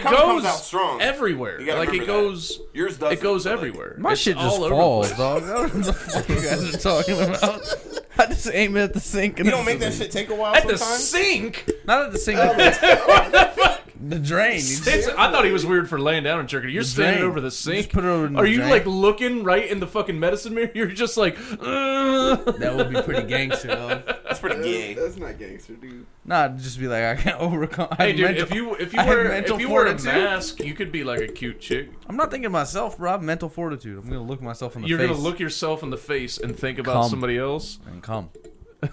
Comic Con's goes out strong. everywhere. You gotta Like it remember goes, that. Yours does it goes everywhere. My It's shit just all over the falls, place. dog. I don't know what the fuck you guys are talking about. I just aim it at the sink. And You don't make that shit take a while At the sometimes. sink. Not at the sink. Oh, the drain. You just- It's- I thought he was weird for laying down and jerking. You're standing drain. over the You just sink. put it over the Are you drain. like looking right in the fucking medicine mirror? You're just like, "Ugh." that would be pretty gangster. Though. That's pretty gay. That's not gangster, dude. Nah, just be like I can't overcome. I hey have dude, mental- if you if I you have were mental if you were a fortitude. mask, you could be like a cute chick. I'm not thinking myself, Rob. Mental fortitude. I'm gonna look myself in the You're face. gonna look yourself in the face and think about Come. somebody else. and come.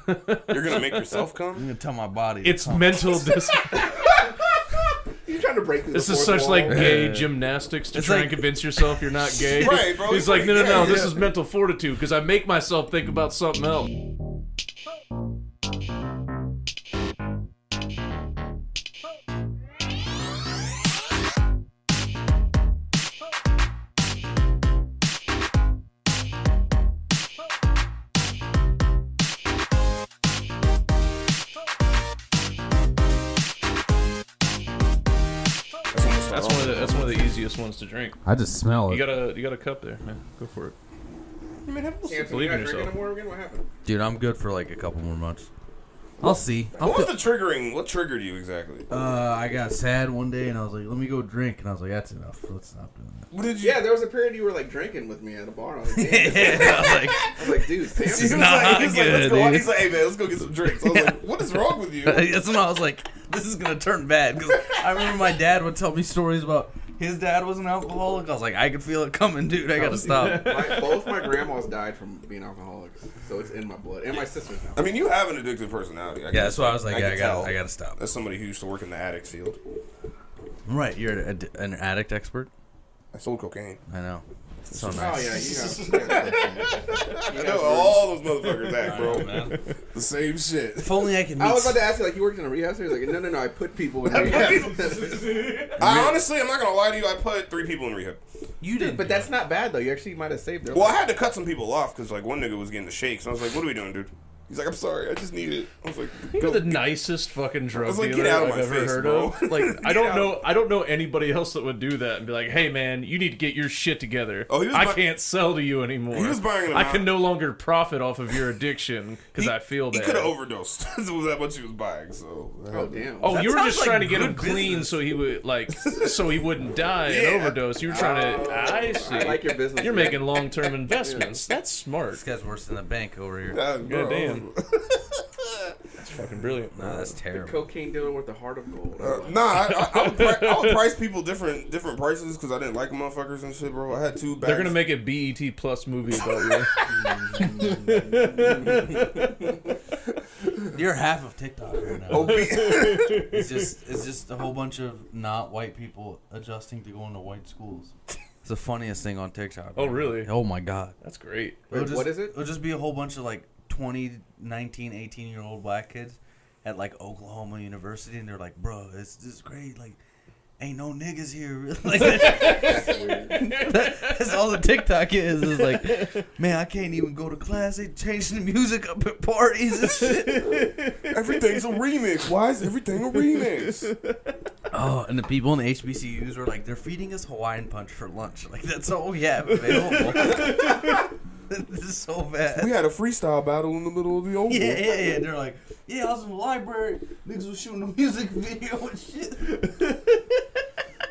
You're gonna make yourself I'm come. gonna tell my body. to It's come. mental. Dis- You're trying to break through this the is such fourth wall. like gay gymnastics to It's try like- and convince yourself you're not gay. Right, bro. He's like, no, no, no. Yeah, This yeah. is mental fortitude because I make myself think about something else. That's one of the that's one of the easiest ones to drink. I just smell You it. got a you got a cup there. Yeah, go for it. I mean, have a little sip. Believe You're in not yourself. drinking no more again? What happened? Dude, I'm good for like a couple more months. I'll see. I'll What was feel- the triggering? What triggered you exactly? uh, I got sad one day and I was like, let me go drink. And I was like, that's enough. Let's stop doing that. What did you? Yeah, there was a period you were like drinking with me at a bar. I was like, damn. yeah, I was like, I was like dude, Sam He was is not like, he was like, good, let's go out." dude. He's like, hey man, let's go get some drinks. I was like, what is wrong with you? That's when I was like, this is gonna turn bad. 'Cause I remember my dad would tell me stories about his dad was an alcoholic. I was like, I could feel it coming, dude. I gotta stop. my, both my grandmas died from being alcoholics, so it's in my blood, and my sisters now. Oh, I mean, you have an addictive personality. I Yeah, that's why I was like, I yeah, I, can gotta, tell. I gotta stop. That's somebody who used to work in the addict field. Right, you're an, ad- an addict expert. I sold cocaine. I know. It's so Oh nice. yeah, you know. I know all those motherfuckers act, bro. the same shit. If only I could meet. I was about to ask you, like, you worked in a rehab center? He's like, no, no, no, I put people in rehab. I honestly, I'm not gonna lie to you. I put three people in rehab. you did, but that's not bad, though. You actually might have saved their Well, I life. had to cut some people off because like one nigga was getting the shakes, and I was like, "What are we doing, dude?" He's like, "I'm sorry, I just need it." I was like, You're "Go." the nicest fucking drug was like, dealer "Get out of I've my ever face, heard bro." of. Like, I Get don't out. know, I don't know anybody else that would do that and be like, "Hey, man, you need to get your shit together. Oh, he was I bu- can't sell to you anymore. He was buying them I out. can no longer profit off of your addiction because I feel He bad." could have overdosed. It was that much he was buying, so. Oh, damn. Oh, That you were sounds just like trying to get good him clean business. so he would like so he wouldn't die Yeah. Ah. and overdose. You were trying to. I see. I like your business. You're making long term investments. That's smart. This guy's worse than the bank over here. Uh, bro. damn. That's fucking brilliant. Nah, that's terrible. cocaine dealer with a heart of gold. Uh, nah, I, I, I, would pri- I would price people different different prices because I didn't like motherfuckers and shit, bro. I had two bags. They're gonna make a BET Plus movie about you. You're half of TikTok right now. Oh, OB. It's just it's just a whole bunch of not white people adjusting to going to white schools. It's the funniest thing on TikTok. Oh, really? Oh my god. That's great. Wait, It'll just- what is it? It'll just be a whole bunch of like 20, 19, 18 year old black kids at like Oklahoma University and they're like, "Bro, it's this is great like ain't no niggas here." like that's all the TikTok is is like, "Man, I can't even go to class. They changing the music up at parties and shit." everything's a remix. Why is everything a remix? Oh, and the people in the HBCUs were like, they're feeding us Hawaiian punch for lunch. Like, that's all we have available. this is so bad. We had a freestyle battle in the middle of the oval. Yeah, yeah, yeah. They're like, yeah, I was in the library. Niggas was shooting a music video and shit.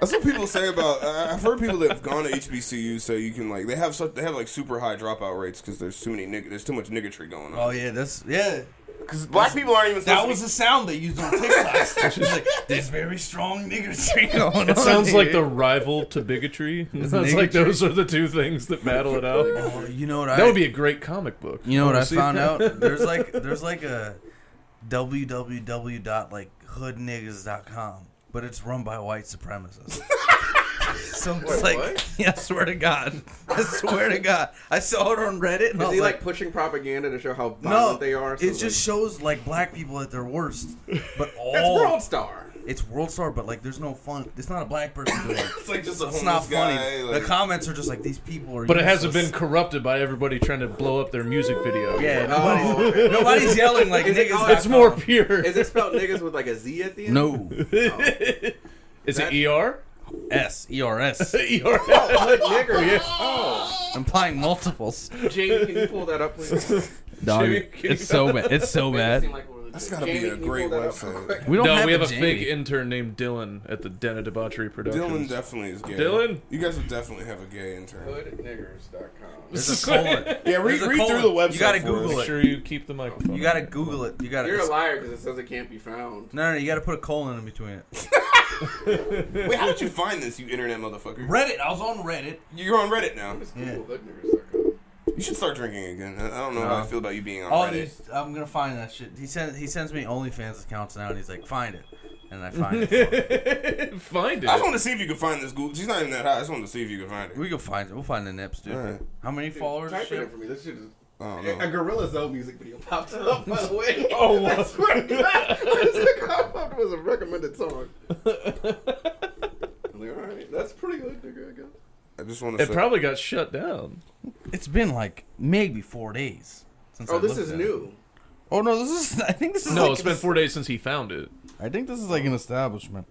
That's what people say about. I- I've heard people that have gone to HBCU say you can like they have such they have like super high dropout rates because there's too many nigg- there's too much niggatry going on. Oh, yeah, that's, yeah. Because black people aren't even. That supposed was to the sound they used on TikTok. She's like, there's very strong niggas going on. It sounds like the here." rival to bigotry. It sounds like Bigotry. those are the two things that battle it out. Oh, you know what I That would be a great comic book. You know what Wanna I see found that? out? There's like there's like a www dot like hoodniggas.com, but it's run by white supremacists. so it's Wait, like what? yeah, I swear to God, I swear to God, I saw it on Reddit and I Is was he like. like pushing propaganda to show how violent Oh, no, they are? it just shows like black people at their worst, but all that's World Star. it's world star, but like there's no fun. It's not a black person doing it. It's like just a It's not homeless guy, funny. like- the comments are just like these people are. But it hasn't useless. been corrupted by everybody trying to blow up their music video. Yeah, Oh, nobody's, nobody's yelling like Is it- niggas. oh, dot It's more com. pure. Is it spelled niggas with like a Z at the end? No. Is that- it ER? S E R S, You're- Hood nigger. Oh, implying multiples. Jamie, can you pull that up, please? Dog, Jimmy, can it's you- so bad. It's so Make it seem bad. like we're legit. That's gotta Jamie, be a can you great pull that up real website. quick? We don't no, have we have a Jamie. fake intern named Dylan at the Dena Debauchery Dylan Productions. definitely is gay. Dylan? you guys would definitely have a gay intern. Hoodniggers.com. There's a colon. Yeah, read, There's a read through the colon. website. You gotta for Google us. Make sure you keep the microphone. You gotta Google it. You gotta. You're a it's- liar because it says it can't be found. No, no, you gotta put a colon in between it. Wait, how did you find this, you internet motherfucker? Reddit. I was on Reddit. You're on Reddit now. Just Yeah. Google hoodniggers.com. You should start drinking again. I I don't know how I No. feel about you Oh, being on All Reddit. these, I'm gonna find that shit. He sends he sends me OnlyFans accounts now, and he's like, find it, and I find it. Find I just it. wanted to see if you could find this Google. She's not even that high. I just wanted to see if you could find it. We can find it. We'll find the nips, dude. All right. How many Dude, followers? Type it in Shit? for me. This shit is. I don't A know. Gorilla Zoe music video popped up, by the way. Oh, I wow. swear to God. I swear to God, that was a recommended song. I'm like, all right, that's pretty good, nigga, I guess. I just want to It say. probably got shut down. It's been like maybe four days since. Oh, I this looked is at It. new. Oh no, this is. I think this is. No, like it's been four days since he found it. I think this is like an establishment.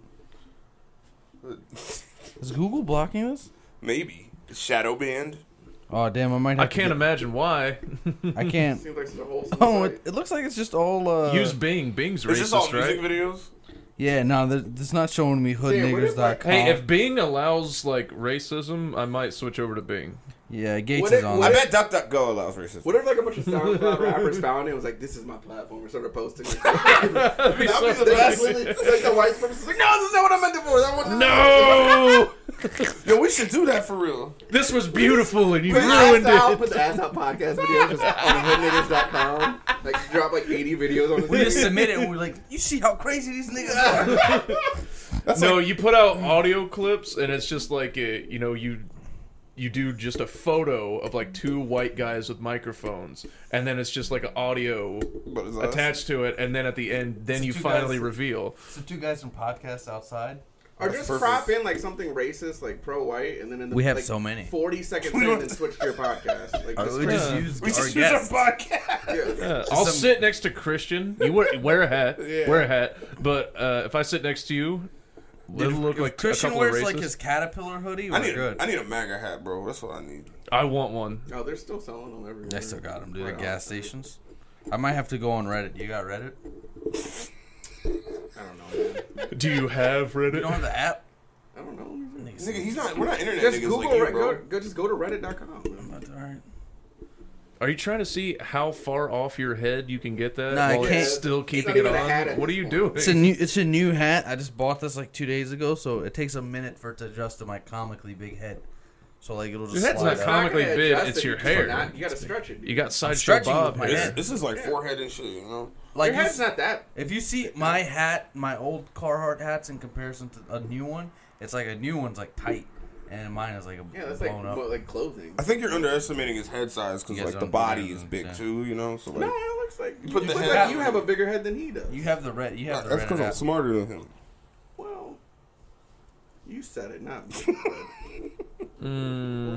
Is Google blocking this? maybe. Shadow Band. Oh damn! I might. Have I to can't get- imagine why. I can't. Seems like such a wholesome Oh, site. it, it looks like it's just all. uh Use Bing. Bing's Is this all racist, music right? videos? Yeah, no, th- it's not showing me Damn, what if, like- hoodniggers.com. Hey, if Bing allows like racism, I might switch over to Bing. yeah, Gates What is if- on. I what it. bet DuckDuckGo allows racism. What if like a bunch of SoundCloud rappers found it and was like, "This is my platform," and started posting. Like, that That'd be so would be the funny. best. Like the white supremacists, like, "No, this is not what I meant it for." That one. No, Yo, we should do that for real. this was beautiful, and you Put the ass ruined out. it. Put the ass out podcast videos just on hoodniggers.com. Like drop like eighty videos on. this We just thing. submit it, and we're like, you see how crazy these niggas are. no, you put out audio clips, and it's just like a, you know you you do just a photo of like two white guys with microphones, and then it's just like an audio But it's us. attached to it, and then at the end, then It's you two finally guys. reveal. so two guys from podcasts outside. Or That's just perfect. crop in like something racist, like pro-white, and then in the We have like, so many. forty seconds We in, don't- and switch to your podcast. Like Oh, Or just we crap. just Yeah. use We our just use our guests. podcast. yeah, yeah. Yeah, Uh, I'll some- sit next to Christian. You wear, wear a hat. Yeah. Wear a hat. But uh, if I sit next to you, it'll look If like a Christian couple wears of like racists. his caterpillar hoodie. We're I need, good. a, I need a MAGA hat, bro. That's what I need. I want one. Oh, they're still selling them everywhere. I still got them, dude. Right At on. gas stations. I might have to go on Reddit. You got Reddit? I don't know. Man. Do you have You don't Reddit? have the app? I don't know. man. Nigga, he's not. We're not internet Just niggas Google, like you, Re- bro. go, go, just go to Reddit.com. man. All right. Are you trying to see how far off your head you can get that Nah, I while can't- it's still keeping not it even a hat on? at What are this you point. doing? It's a new it's a new hat. I just bought this like two days ago, so it takes a minute for it to adjust to my comically big head. So like it'll just Your head's slide not out. comic- Comically Not gonna big, adjust it's it, your you just hair. not- you gotta stretch it. Dude. you got sideshow stretching Bob with my here. This, head. this is like forehead and shit, you know. like your you s- head's not that. if you see my hat, my old Carhartt hats in comparison to a new one, it's like a new one's like tight, and mine is like a Yeah, that's like blown up. what, like clothing. I think you're underestimating his head size because You guys like the don't body believe is him, big yeah. too, you know. So No, like, it looks like you, put the look head like on you it. have a bigger head than he does. You have the red. You have the that's red. because I'm Hat. smarter than him. well, you said it, not me. We're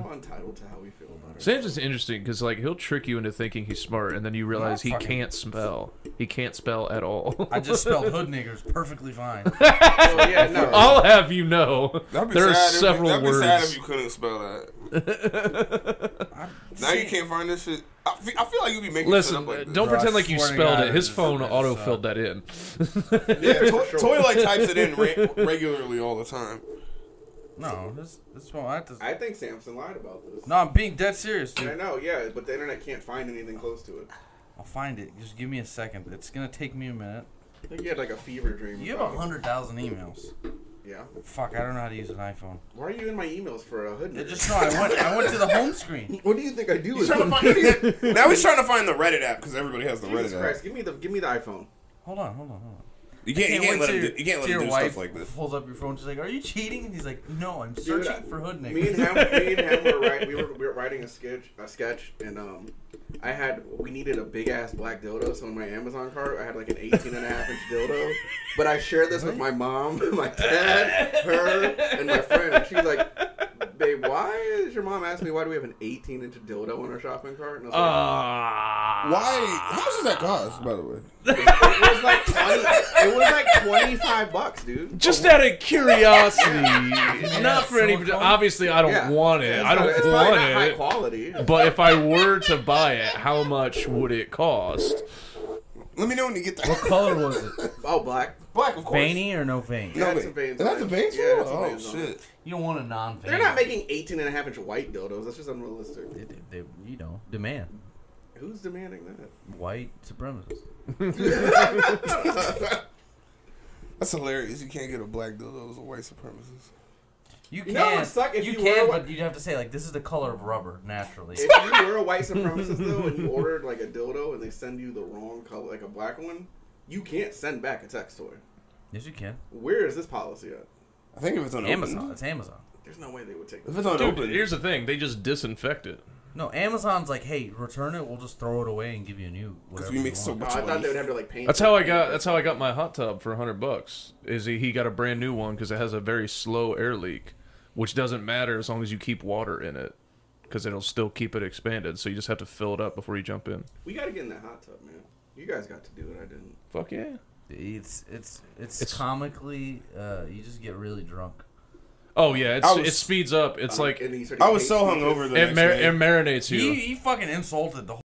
all entitled to how we feel about it. Sam's is interesting because like he'll trick you into thinking he's smart, and then you realize he fucking- can't spell. He can't spell at all. I just spelled hood niggers perfectly fine. Oh, yeah, no. I'll have you know That'd be there are sad if you- several that'd words. be sad if you couldn't spell that. I'm Now you saying- can't find this shit. I feel, I feel like you be making shit Listen, uh, up like this. don't Bro, I pretend like you swear to spelled God, it. His it phone is- it auto sucks. filled that in. Yeah, toy, sure. toy like types it in re- regularly all the time. No, this this one. I have to, I think Samson lied about this. no, I'm being dead serious, I dude. know, yeah, but the internet can't find anything close to it. I'll find it. Just give me a second. It's gonna take me a minute. I think you had like a fever dream. You about have a hundred thousand emails. it. Yeah. Fuck, I don't know how to use an iPhone. Why are you in my emails for a hood? It nigger? just no. I went. I went to the home screen. What do you think I do? With trying to find- now he's trying to find the Reddit app because everybody has the Jesus Reddit Christ, app. give me the give me the iPhone. Hold on. Hold on. Hold on. You can't, you wait can't let till him your- do, you can't let till him your do wife stuff like this. Pulls up your phone. She's like, "Are you cheating?" And he's like, "No, I'm Dude, searching I- for hood Me and niggas." him, me and him were, write, we were we were writing a sketch, a sketch, and um, I had we needed a big ass black dildo. So in my Amazon cart, I had like an 18 and a half inch dildo. But I shared this with my mom, my dad, her, and my friend, and she's like, "Babe, why?" why is your mom asked me why do we have an 18 inch dildo in our shopping cart? And I Ah. was like, Why? How much does that cost, by the way? Uh. it was like 20, it was like 25 bucks, dude. Just out of curiosity, not for any. silicone? Obviously, I don't Yeah. want it. It's I not- don't it's probably want not it. high quality. But if I were to buy it, how much would it cost? Let me know when you get that. What color was it? Oh, black. Black, of course. Veiny or no vein? No, Yeah, wait. it's a vein That's a size. vein Yeah, it's a Oh, vein size. shit. You don't want a non-vein. They're not making 18 and a half inch white dildos. That's just unrealistic. They, they, they- you know, demand Who's demanding that? white supremacists. That's hilarious. You can't get a black dildo as a white supremacist. You You can, know it would suck if you, you were can, a- but you'd have to say like this is the color of rubber naturally. If you were a white supremacist though, and you ordered like a dildo, and they send you the wrong color, like a black one, you can't send back a sex toy. yes, you can. Where is this policy at? I think if it's on Amazon, Open, it's Amazon. There's no way they would take if this. it's on Dude, Open, here's the thing: they just disinfect it. No, Amazon's like, hey, return it. We'll just throw it away and give you a new. because Whatever we you make so want. Oh, much I thought money. they would have to like paint. That's it. how I got. That's how I got my hot tub for hundred bucks. Is he, he got a brand new one because it has a very slow air leak, which doesn't matter as long as you keep water in it, because it'll still keep it expanded. So you just have to fill it up before you jump in. We got to get in that hot tub, man. You guys got to do it. I didn't. Fuck yeah. It's it's it's, It's- comically. Uh, you just get really drunk. Oh yeah, it's, I was- it speeds up. It's like Um, and it, then you start I to was hate so speeches. hungover the next mar- day. it marinates you. He he fucking insulted the whole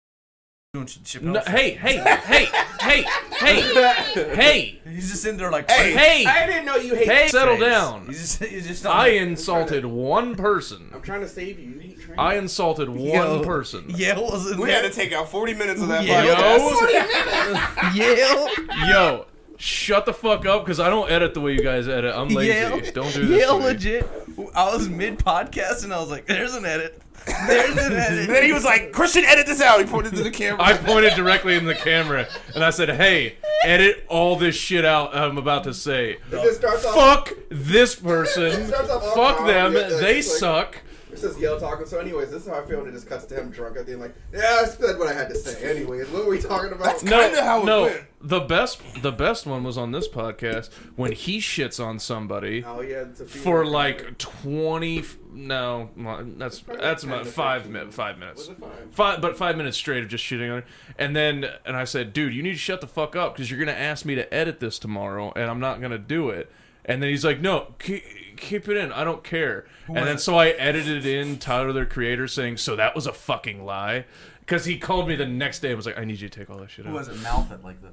doing Ch- Chappelle. No, show. hey, hey, hey, hey, hey, hey, he's just in there like hey, I hey, didn't know you hate. settle face. down. He's just he's just I insulted one I'm person. trying to save you. You hate train. I insulted one person. Yale was in we there. had to take out 40 minutes of that Yeah. podcast. Yale Yo, shut the fuck up, because I don't edit the way you guys edit. I'm lazy. Yale, Don't do this. Yale to me. legit. I was mid podcast and I was like, "There's an edit. There's an edit." And then he was like, Christian, edit this out. He pointed to the camera. I pointed directly in the camera and I said, "Hey, edit all this shit out I'm about to say. It just starts off. Fuck this person. Starts off all Fuck wrong, them. yeah, They it's like- suck." It's just yell talking. So, anyways, this is how I feel when it just cuts to him drunk at the end. Like, yeah, I said what I had to say. Anyways, what were we talking about? That's kinda how it no, went. The best, the best one was on this podcast when he shits on somebody Oh yeah, it's a few for like twenty. f- No, well, that's that's like about 10 to five 15. minutes. Five minutes. Was it five? but five minutes straight of just shitting on her. And then, and I said, dude, you need to shut the fuck up because you're gonna ask me to edit this tomorrow, and I'm not gonna do it. And then he's like, no, keep, keep it in. I don't care. and then so I edited in Tyler, their creator, saying, so that was a fucking lie. Because he called me the next day and was like, I need you to take all that shit out. Who has it mouthed like this?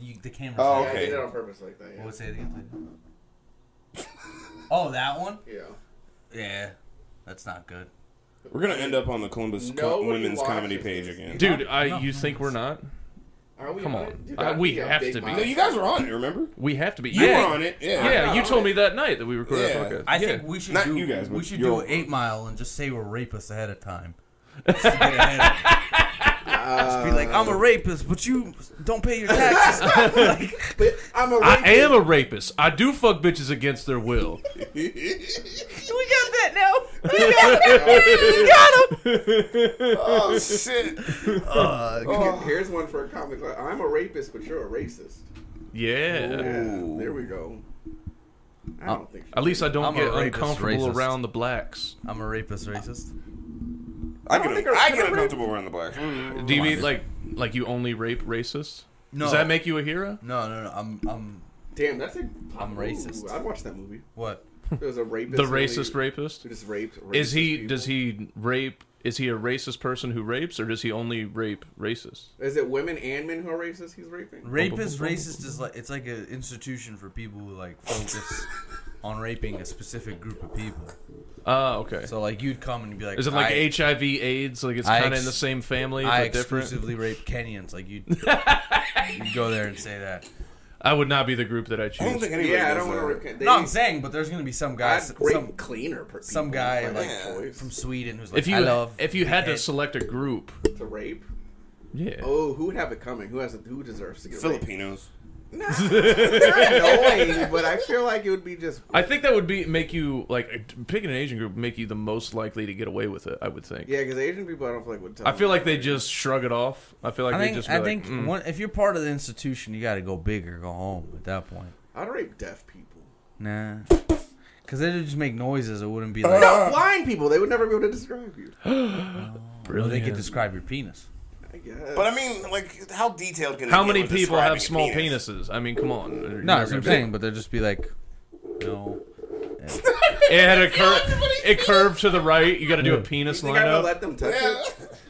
You, the camera. Oh, Yeah, I okay. did it on purpose like that. Yeah. What was it again? please? oh, that one. yeah. Yeah, that's not good. We're going to end up on the Columbus co- Nobody women's watches comedy this. page again. Dude, I No, you no, think we're not? Are we? Come on on. it? Dude, Uh, God, we got have big to be. No, minds. you guys were on it, remember? We have to be. You yeah, were on it. Yeah. Yeah, you on told it. me that night that we recorded Yeah. a podcast. I Yeah. think we should Not do. you guys, we but should your- do eight mile and just say we're rapists ahead of time. Just to get ahead. Uh, Be like, I'm a rapist, but you don't pay your taxes. Like, But I'm a I rapist. am a rapist. I do fuck bitches against their will. we got that now. oh, shit. Oh, Here's one for a comic. Like, I'm a rapist, but you're a racist. Yeah. Yeah, there we go. I don't think. Uh, At least I don't I'm a get rapist uncomfortable racist. around the blacks. I'm a rapist, racist. I don't get, think a, I I get remember. uncomfortable wearing the black. Do you mean like like you only rape racists? No. Does that make you a hero? No, no, no. I'm, I'm. Damn, that's a. I'm racist. Ooh, I'd watch that movie. What? There was a rapist. The really- racist rapist? Who just raped? Racist Is he People. does he rape is he a racist person who rapes or does he only rape racists? Is it women and men who are racist? He's raping. Rapist, racist is like it's like an institution for people who like focus on raping a specific group of people. Ah, okay. So like you'd come and be like, Is it like I, HIV AIDS? Like it's I kind of in ex- the same family I but different. exclusively rape Kenyans. Like you, you go there and say that. I would not be the group that I Mm-hmm. I don't choose. think anybody yeah, I does don't want to that. rape. They, No, I'm saying, but there's gonna be some guy, God's some great cleaner. per- some people. guy, Like, like, choice from Sweden who's like, If you I love. if you had to dickhead." select a group, to rape. yeah. Oh, who would have it coming? Who has it? Who deserves to get raped? Filipinos. Nah, they're annoying, but I feel like it would be just. I think that would be make you like picking an Asian group would make you the most likely to get away with it. I would think. Yeah, because Asian people, I don't feel like would. Tell I feel like they just shrug it off. I feel like I they think just. I be like, think "Mm." one, if you're part of the institution, you got to go big or go home at that point. I'd rape deaf people. Nah, Because they would just make noises. It wouldn't be like. No, blind people. They would never be able to describe you. Well, they could Brilliant. describe your penis. I guess. But I mean, like, how detailed can? they How be many with people describing have a small penis? penises? I mean, come on. No, that's what I'm saying, but they'd just be like, no. It had a curve. It curved to the right. You got to do a penis You think I'm gonna lineup. let them touch it?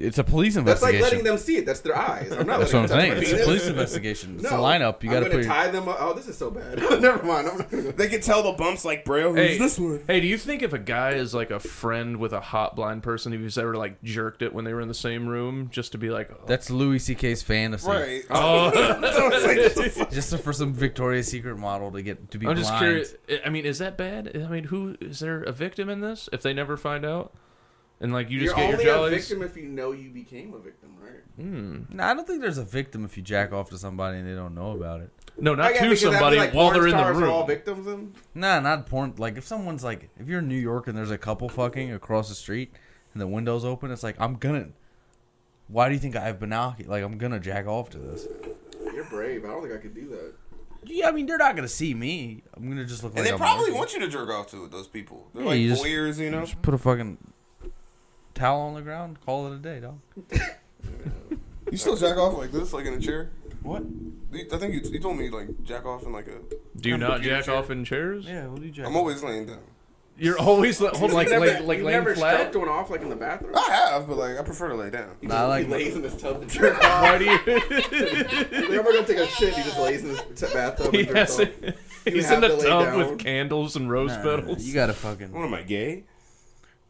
It's a police That's like investigation. letting them see it. That's their eyes. I'm not. That's what I'm letting saying. them touch It's a my penis. police investigation. It's No, a lineup. You I'm got to gonna put. Your, tie them up. Oh, this is so bad. Never mind. I'm not gonna. They could tell the bumps like Braille. Who's Hey, this one? hey, do you think if a guy is like a friend with a hot blind person, if he's ever like jerked it when they were in the same room, just to be like, oh, that's Louis C.K.'s fantasy. Right. oh. Just for some Victoria's Secret model to get to be I'm blind. just curious. I- I mean, is that bad? I mean, who is there a victim in this if they never find out? And like you just get You're your only a jollies. victim if you know you became a victim, right? No, I don't think there's a victim if you jack off to somebody and they don't know about it. No, I not guess to because that'd be somebody like while porn they're in the stars are room. All victims. Then? Nah, not porn. Like if someone's like, if you're in New York and there's a couple fucking across the street and the windows open, it's like I'm gonna. Why do you think I have binoculars? Like I'm gonna jack off to this. You're brave. I don't think I could do that. Yeah, I mean they're not gonna see me. I'm gonna just look And like they I'm probably looking. want you to jerk off to it, those people. They're Yeah, like you just- voyeurs, you know. Just put a fucking towel on the ground. Call it a day, dog. You still jack off like this, like in a chair? What? You- I think you, you told me like jack off in like a. Do you I'm not computer jack chair. off in chairs? Yeah, what do you jack? I'm always laying down. You're always like hold, like You never- like, like you laying never flat. Ah! stroked one off like in the bathroom. I have, but like I prefer to lay down. He Nah, just- I like- he lays in his tub to jerk off. Why do you? Like, I'm gonna take a shit. He just lays in his t- bathtub and jerks Yes. off. You He's in have the to lay tub down. with candles and rose petals. You gotta fucking. What am I gay?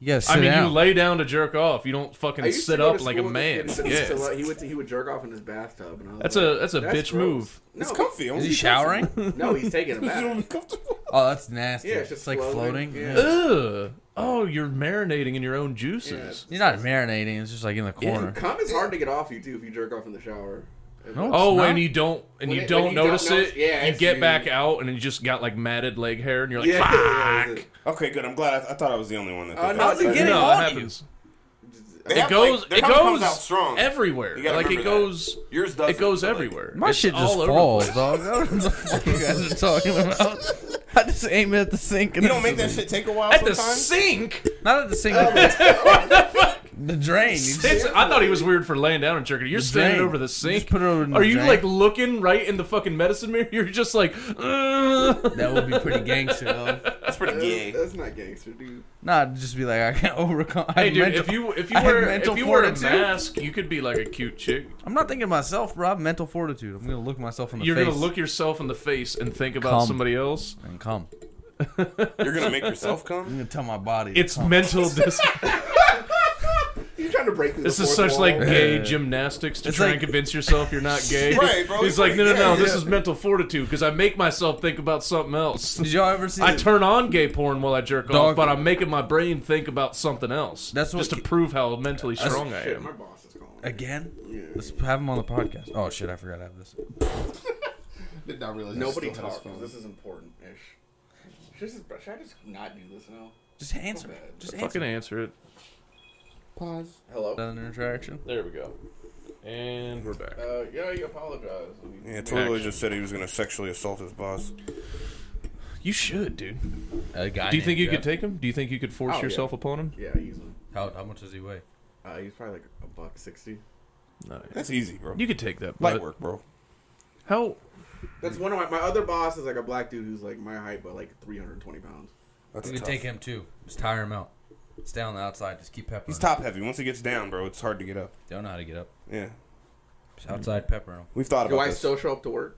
You gotta sit I mean, down. you lay down to jerk off. You don't I fucking used to sit go up to like a school with this kid man. and sit in his Yeah. tub. He would he would jerk off in his bathtub. And I was That's like, a that's a bitch gross. move. It's No, comfy. I Is wanna he be showering? but- no, he's taking a comfortable. You wanna bath. be comfortable? Oh, that's nasty. Yeah, it's it's just like floating. floating. Yeah. Yeah. Ugh. Oh, you're marinating in your own juices. You're not marinating. It's just like in the corner. Cum is hard to get off you too if you jerk off in the shower. No. Oh, It's not- and you don't and When you it- don't when you don't notice notice- it. yeah, you it's get you. back out and you just got like matted leg hair, and you're like, Yeah, yeah, fuck. yeah, Okay, good. I'm glad. I, I thought I was the only one that. Did Oh, that. no, it's But- a getting no, on that you. happens. They It have, goes. like, their it cum goes comes out strong. everywhere. You gotta Like it remember goes. that. Yours does. It goes everywhere. My It's shit just all over the falls, place. dog. I don't know what the fuck you guys are talking about. I just aim it at the sink. And You don't it's make that just- shit take a while At the sometimes. sink. Not at the sink. the drain. You just, It's- I thought he was weird for laying down and jerking. You're standing drain. over the Just sink. put it over in the Are you drain. like looking right in the fucking medicine mirror? You're just like, "Ugh." that would be pretty gangster, though. That's pretty That's, gay. that's not gangster, dude. Nah, I'd just be like, I can't overcome. I hey have dude, mental- if you if I you had were mental if you wore a fortitude. mask, you could be like a cute chick. I'm not thinking myself, bro. I have mental fortitude. I'm gonna look myself in the You're face gonna look yourself in the face and think about Come. somebody else. and come. You're gonna make yourself I'm come. gonna tell my body. to It's come. mental. Dis- He's trying to break through. this the is fourth such wall. like gay Yeah. gymnastics to It's try like- and convince yourself you're not gay. Right, bro. He's It's like, like, no, no, no. yeah, This yeah. is mental fortitude because I make myself think about something else. Did y'all ever see? I the- turn on gay porn while I jerk off, Dog- but I'm making my brain think about something else. That's what just to ki- prove how mentally strong I Shit, my am. boss is calling. again. Yeah. Let's have him on the podcast. Oh shit, I forgot I have this. Did not realize. Nobody talk. 'cause This is important ish. Should, I just- should I just not do this now? Just answer. bad. Just Fucking answer. answer it. Pause. Hello. Uh, Another interaction. There we go. And we're back. Uh, yeah, you apologize. Yeah, Tolo just said he was gonna sexually assault his boss. You should, dude. Do you think you could take him? Do you think you could force Oh, yeah. yourself upon him? Yeah, easily. How, how much does he weigh? Uh, he's probably like a buck sixty. No. That's easy, bro. You could take that. Light But work, bro. how? That's one of my my other boss is like a black dude who's like my height, but like three hundred and twenty pounds. That's You could tough. take him too. Just tire him out. Stay on the outside. Just keep peppering. He's him. top heavy. Once he gets down, bro, it's hard to get up. Don't know how to get up. Yeah, Just outside peppering him. we've thought about Do I this. still show up to work?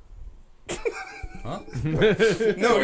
Huh? no, do I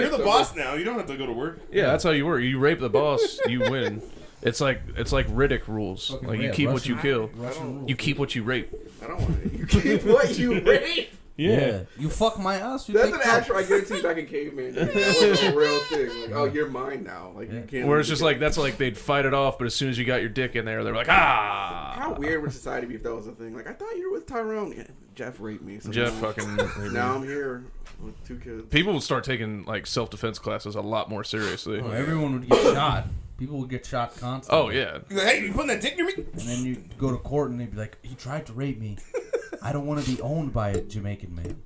you're the still- boss now. You don't have to go to work. Yeah, that's how you work. You rape the boss, you win. It's like it's like Riddick rules. like you yeah, keep what Russian- you kill. Russian You keep what you rape. I don't want to. You keep what you read. You fuck my ass. You That's take an cum. actual. I guarantee back in caveman, days, that was a real thing. Like, oh, you're mine now. Like you can't. Where it's just like that's like they'd fight it off, but as soon as you got your dick in there, they're like, ah. How weird would society be if that was a thing? Like I thought you were with Tyrone. Yeah, Jeff raped me. So Jeff now- fucking. Now I'm here with two kids. People will start taking like self defense classes a lot more seriously. Oh, everyone would get shot. People would get shot constantly. Oh yeah, He's like, hey, you putting that dick near me? And then you go to court and they'd be like, he tried to rape me. I don't want to be owned by a Jamaican man.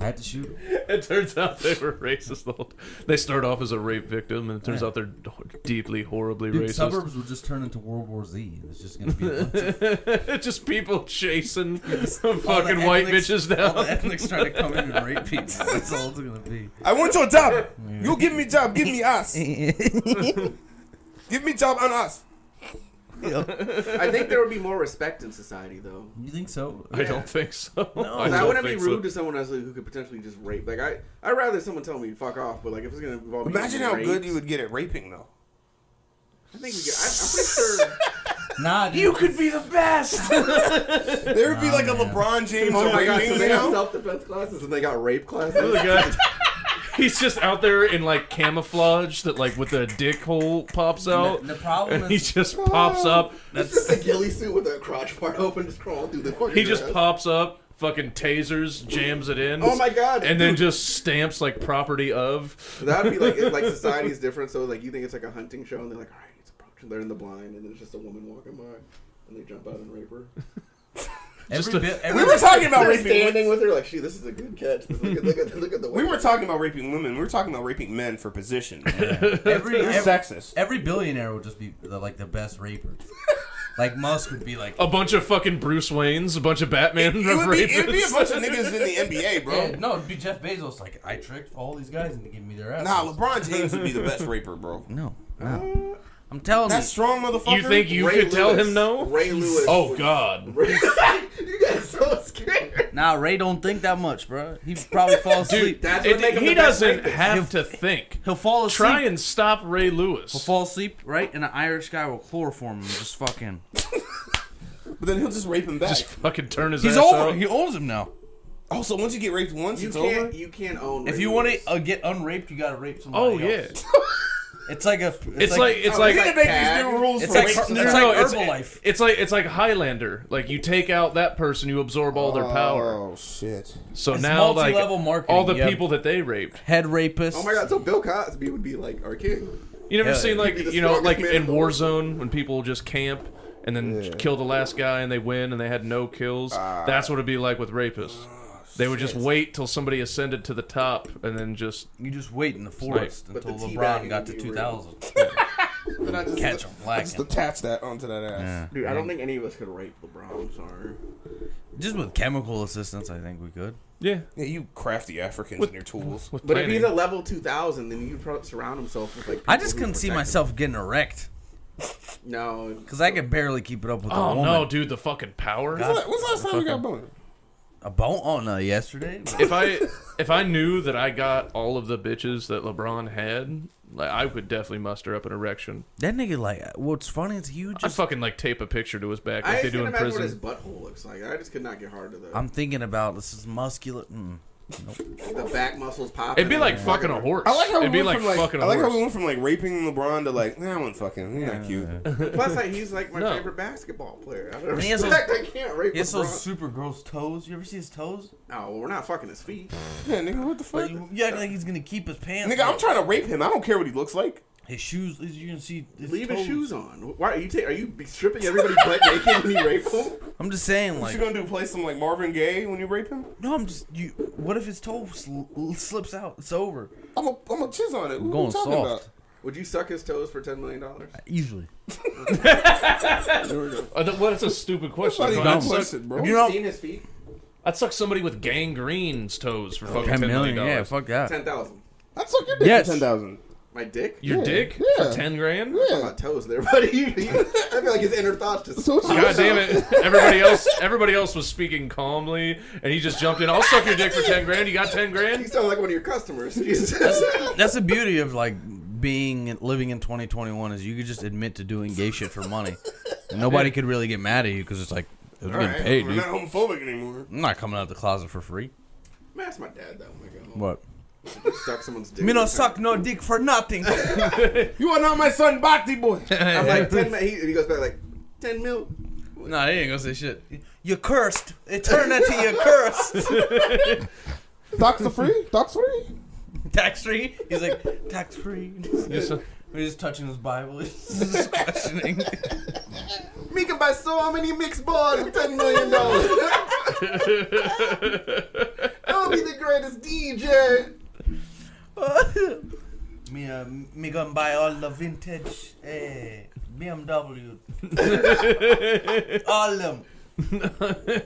I had to shoot him. It turns out they were racist. The whole t- They start off as a rape victim, and it turns Yeah. out they're d- deeply, horribly Dude, racist. suburbs will just turn into World War Z. and It's just gonna be a bunch of just people chasing all the fucking white ethnics- bitches down. All the ethnics trying to come in and rape people. That's all it's gonna be. I want your job. You give me job. Give me us. give me job and us. I think there would be more respect in society, though. You think so? I don't think so. No, I, I wouldn't be rude to someone else who could potentially just rape. Like I, I'd rather someone tell me fuck off. But like if it's gonna involve me Imagine getting how raped, good you would get at raping, though. I think we could, I, I'm pretty sure. Nah, dude. You could be the best. There would be Nah, like a man. LeBron James oh my god! raping, So you they have know? self defense classes and they got rape Really good. classes. He's just out there in like camouflage that like with the dick hole pops out. The problem and he is just pops up. It's just a ghillie suit with a crotch part open, just crawling through the fucking. He just grass. pops up, fucking tasers, jams it in. Oh my god! And then dude. just stamps like property of. That would be like if, like society's different. So like you think it's like a hunting show, and they're like, all right, it's approaching. They're in the blind, and there's just a woman walking by, and they jump out and rape her. every a- bit. We Every, were talking about They're raping. standing with her like, "Shit, this is a good catch." Look at look at look at the. We were talking about raping women. We were talking about raping men for position. every, You're every, sexist. every billionaire would just be the, like the best raper. Like Musk would be like, A bunch of fucking Bruce Waynes, a bunch of Batman It would be, it'd be a rapists. bunch of niggas in the NBA, bro. Yeah, "Oh, no, it'd be Jeff Bezos. Like I tricked all these guys into giving me their ass. Nah, LeBron James would be the best raper, bro. No, no. I'm telling That strong motherfucker. You think you could tell him no? Ray Lewis. Oh God, Ray- you guys so scared. you. Nah, Ray don't think that much, bro. He probably fall dude, asleep. That's it- what make him he the best doesn't rapist. have to think. He'll fall asleep. Try and stop Ray Lewis. He'll fall asleep, right? And an Irish guy will chloroform him, and just fucking. But then he'll just rape him back. just fucking turn his He's ass over. out. He owns him now. also, once you get raped once, You it's can't. over. You can't own. If Ray you want Lewis. to uh, get unraped, you gotta rape somebody. Oh yeah, else. It's like a. It's, it's like it's like You're gonna make Tag. these new rules It's for like- rape. it's no, like no, it's, Herbalife. it's like it's like Highlander. Like you take out that person, you absorb all their power. Oh shit! So It's now, like multi-level marketing, all the yeah. people that they raped. head rapist. Oh my god! So Bill Cosby would be like our king. You never Yeah. seen like You'd be the you know strongest like man in in the world. Warzone when people just camp and then kill the last guy and they win and they had no kills. That's what it'd be like with rapists. They would just wait till somebody ascended to the top and then just You just wait in the forest But the until tea LeBron bag got to would be 2000. Then I just- Catch him, black Just him. attach that onto that ass. Dude, I don't think any of us could rape LeBron. I'm sorry. Just with chemical assistance, I think we could. yeah. Yeah, you crafty Africans and your tools. With But if planning. he's a level 2000, then you probably surround himself with like. I people just who couldn't see protect myself getting erect him. No, because I could barely keep it up with a oh woman. no, dude, the fucking power. When's the- when's the last time you got boned? A bone? Oh no, yesterday. if I if I knew that I got all of the bitches that LeBron had, like I would definitely muster up an erection. That nigga, like, what's funny is he would I'd just. fucking like tape a picture to his back I like they just do can't in imagine what his prison. butthole looks like. I just could not get hard to the I'm thinking about this is muscular. Mm. the back muscles popping. It'd be and like the- fucking a horse. I like how we It'd be went like from like fucking a I like how horse. we went from like raping LeBron to like nah, I wasn't fucking. He's not cute. Plus, like, he's like my No. favorite basketball player. I, And don't he has respect, I can't rape He has those LeBron. super gross toes. You ever see his toes? No, well, we're not fucking his feet. Yeah, nigga, what the fuck? Like, you, you act like he's gonna keep his pants. Nigga, I'm on. trying to rape him. I don't care what he looks like. His shoes. is- You're gonna see. His Leave toes. his shoes on. Why are you ta- Are you stripping everybody butt naked when you rape them? I'm just saying, What like, you gonna do? Play some like Marvin Gaye when you rape him? no, I'm just you. What if his toe sl- slips out? It's over. I'm a I'm a chiz on it. What are going you talking soft. about? Would you suck his toes for ten million dollars? Usually, Uh, th- What is a stupid question? Somebody I'd got suck- question, bro. You know- Seen his feet? I'd suck somebody with gangrene's toes for fucking Oh, ten million. Yeah, dollars. fuck that. Ten thousand. I'd suck your dick Yes. for ten thousand. My dick. Your Yeah, dick yeah. for ten grand? My Yeah. toes there, buddy. I feel like his inner thoughts just. So what you God damn it! Everybody else, everybody else was speaking calmly, and he just jumped in. I'll suck your dick for ten grand. You got ten You grand? sound like one of your customers. Jesus. That's the beauty of like being living in 2021 is you could just admit to doing gay shit for money, and nobody could really get mad at you because it's like you're All getting right, paid, we're dude. not homophobic anymore. I'm not coming out the closet for free. Man, that's my dad though. when I go home. What? You Suck someone's dick. Me no suck no dick for nothing. You are not my son, Bhakti boy. I'm like ten. mil- He, he goes back like ten mil. Nah, he ain't gonna say shit. You're cursed. Eternity, you're cursed. Docs are free. Docs free. tax free. He's like tax free. Just, uh, We're just touching his Bible. He's just questioning. Me can buy so many mixed balls for ten million dollars. That'll be the greatest DJ. Me, uh, me gonna buy all the vintage eh, BMW. all them.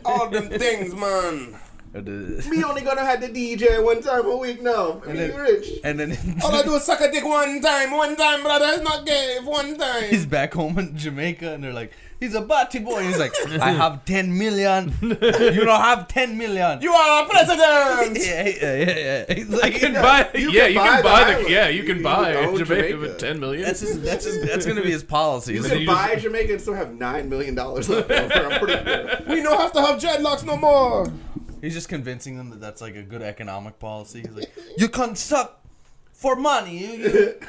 All them things, man. and Me only gonna have the DJ one time a week now. I mean, then- rich. then All I do is suck a dick one time, one time, brother. It's not gay. One he's time. back home in Jamaica, and they're like, he's a batty boy. he's like, I have 10 million. You don't have 10 million. You are our president. yeah, yeah, yeah, yeah. He's like, can buy, you yeah, can you can buy the buy the, island. yeah, you You- can you buy can own Jamaica, Jamaica. with ten million. that's his, that's his, that's gonna be his policy. You He's can like, buy Jamaica and still have nine million dollars left over. I'm pretty sure. We don't have to have dreadlocks no more. He's just convincing them that that's like a good economic policy. He's like, you can suck for money. You, you,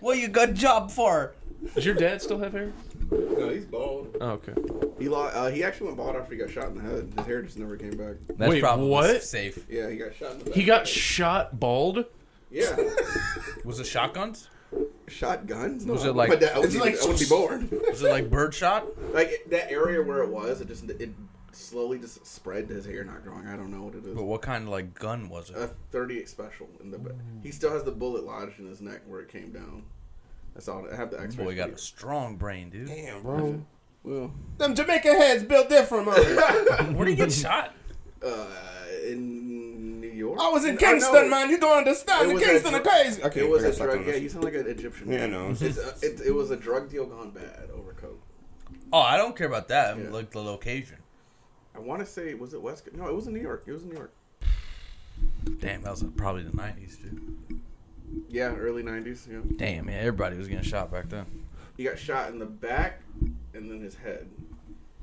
what you got job for? Does your dad still have hair? No, he's bald. Oh, okay. He lo- uh, he actually went bald after he got shot in the head. His hair just never came back. That's Wait, probably what? safe. Yeah, he got shot in the back. He got shot bald. yeah. Was it shotguns? Shotguns? No, Was I it wouldn't- like- my dad- I it's wouldn't, like- even- I wouldn't be born. Was it like birdshot? like it- that area where it was, it just it slowly just spread to his hair not growing. I don't know what it is. But what kind of like gun was A it? 38 special in the back. He still has the bullet lodged in his neck where it came down. That's all. I have the X-ray. Boy, got a video. strong brain, dude. Damn, bro. Well, Them Jamaica heads built different, man. Where did he get shot? uh, in New York. I was in No, Kingston, no. man. You don't It understand. The was a Kingston are dr- crazy. I can't It was I a got stuck drug. on Yeah, this. you sound like an Egyptian. Yeah, I know. It's a, it, it was a drug deal gone bad over coke. Oh, I don't care about that. I'm Yeah. Like the location. I want to say was it West? No, it was in New York. It was in New York. Damn, that was probably the '90s, dude. Yeah, early 90s. Yeah. Damn, yeah, everybody was getting shot back then. He got shot in the back and then his head.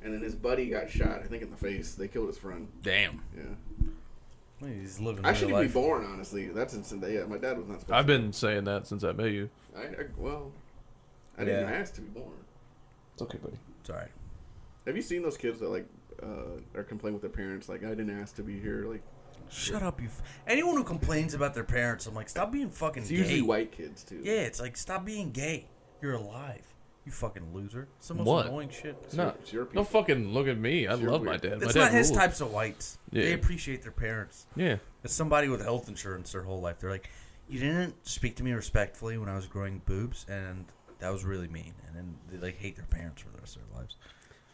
And then his buddy got shot, I think, in the face. They killed his friend. Damn, Yeah. he's living I another shouldn't life. be born, honestly. That's insane. Yeah, my dad was not supposed I've been saying that since I met you. to. I, I, well, I didn't Yeah. ask to be born. It's okay, buddy. Sorry. Have you seen those kids that, like, uh, are complaining with their parents, like, I didn't ask to be here? Like, Shut up, you. F- Anyone who complains about their parents, I'm like, stop being fucking it's gay. usually white kids, too. Yeah, it's like, stop being gay. You're alive. You fucking loser. It's the most What? annoying shit. No, your- it's your people. don't fucking look at me. I your love my weird. dad. My It's dad not his rules. types of whites. They Yeah. appreciate their parents. Yeah. It's somebody with health insurance their whole life. They're like, you didn't speak to me respectfully when I was growing boobs, and that was really mean. And then they like hate their parents for the rest of their lives.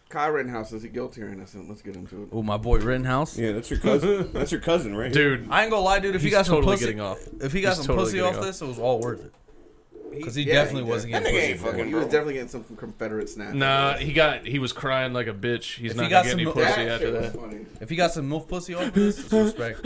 Kyle Rittenhouse, is he guilty or innocent? Let's get into it. Oh, my boy Rittenhouse. Yeah, that's your cousin. that's your cousin, right? Dude, I ain't gonna lie, dude. If he He's got some totally pussy, getting off. if he got He's some totally pussy getting off, off. this, it was all worth it. Because he yeah, definitely he wasn't did. That getting nigga pussy. ain't for it. fucking He was bro. definitely getting some Confederate snap. nah, he got he was crying like a bitch. He's If he not gonna got get any some- pussy shit after was that. funny. If he got some milf pussy off of this, it's respect.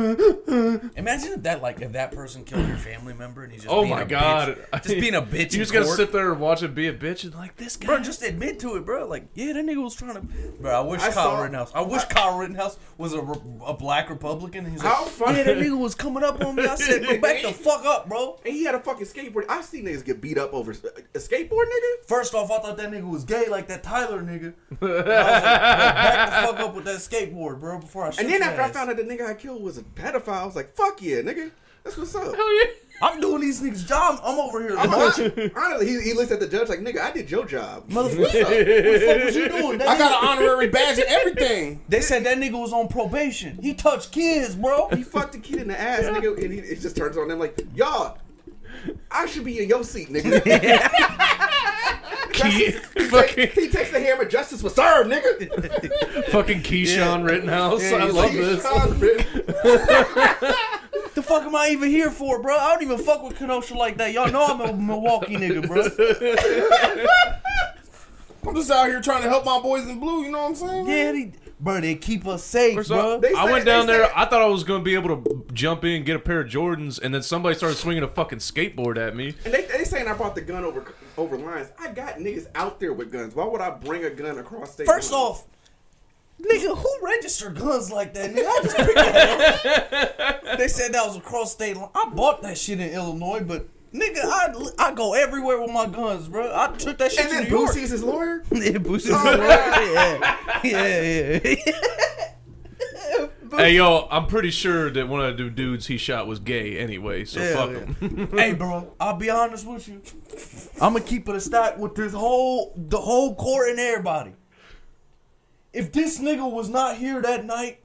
Imagine if that like if that person killed your family member and he's just Oh being my a god! bitch. just being a bitch. You in just gotta court. sit there and watch it be a bitch and like this guy. Bro, just admit to it, bro. Like, yeah, that nigga was trying to. Bro, I wish I Kyle saw- Rittenhouse. I wish Kyle Rittenhouse was a, re- a black Republican. And he's How like, funny- yeah, that nigga was coming up on me. I said, go back the fuck up, bro. And he had a fucking skateboard. I've seen niggas get beat up over a skateboard, nigga. First off, I thought that nigga was gay, like that Tyler nigga. And I was like, "Bro, back the fuck up with that skateboard, bro. Before I. Shoot And then your after I ass." found out the nigga I killed was a pedophile, I was like, fuck yeah, nigga. That's what's up. Hell yeah. I'm doing these niggas' job. I'm over here. I'm like, like, honestly, he, he looks at the judge like, nigga, I did your job. Motherfucker, what the fuck was you doing? That I nigga- got an honorary badge and everything. They said that nigga was on probation. He touched kids, bro. He fucked the kid in the ass, nigga, and he it just turns on them like, y'all, I should be in your seat, nigga. Key, he fucking takes the hammer, justice was served, nigga. fucking Keyshawn Rittenhouse. I he's love like, this. the fuck am I even here for, bro? I don't even fuck with Kenosha like that. Y'all know I'm a Milwaukee nigga, bro. I'm just out here trying to help my boys in blue. You know what I'm saying? Yeah, they, bro, they keep us safe, First off, bro. They I said- went down they there. said- I thought I was gonna be able to jump in, get a pair of Jordans, and then somebody started swinging a fucking skateboard at me. And they, they saying I brought the gun over over lines. I got niggas out there with guns. Why would I bring a gun across state? First lines? off, nigga, who registered guns like that, nigga? I just picked that up. They said that was a cross state line. I bought that shit in Illinois, but nigga, I I go everywhere with my guns, bro. I took that shit and to then New York. Boosie's his lawyer. yeah, Boosie's yeah, Oh, yeah, yeah. Hey yo, I'm pretty sure that one of the dudes he shot was gay anyway, so Yeah, fuck yeah. him. hey, bro, I'll be honest with you. I'm gonna keep it a stack with this whole the whole court and everybody. If this nigga was not here that night,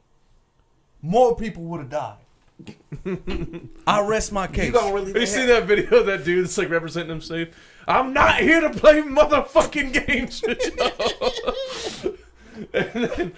more people would have died. I rest my case. You gonna really? Have you seen that video of that dude that's like representing himself? I'm not here to play motherfucking games with y'all. and then,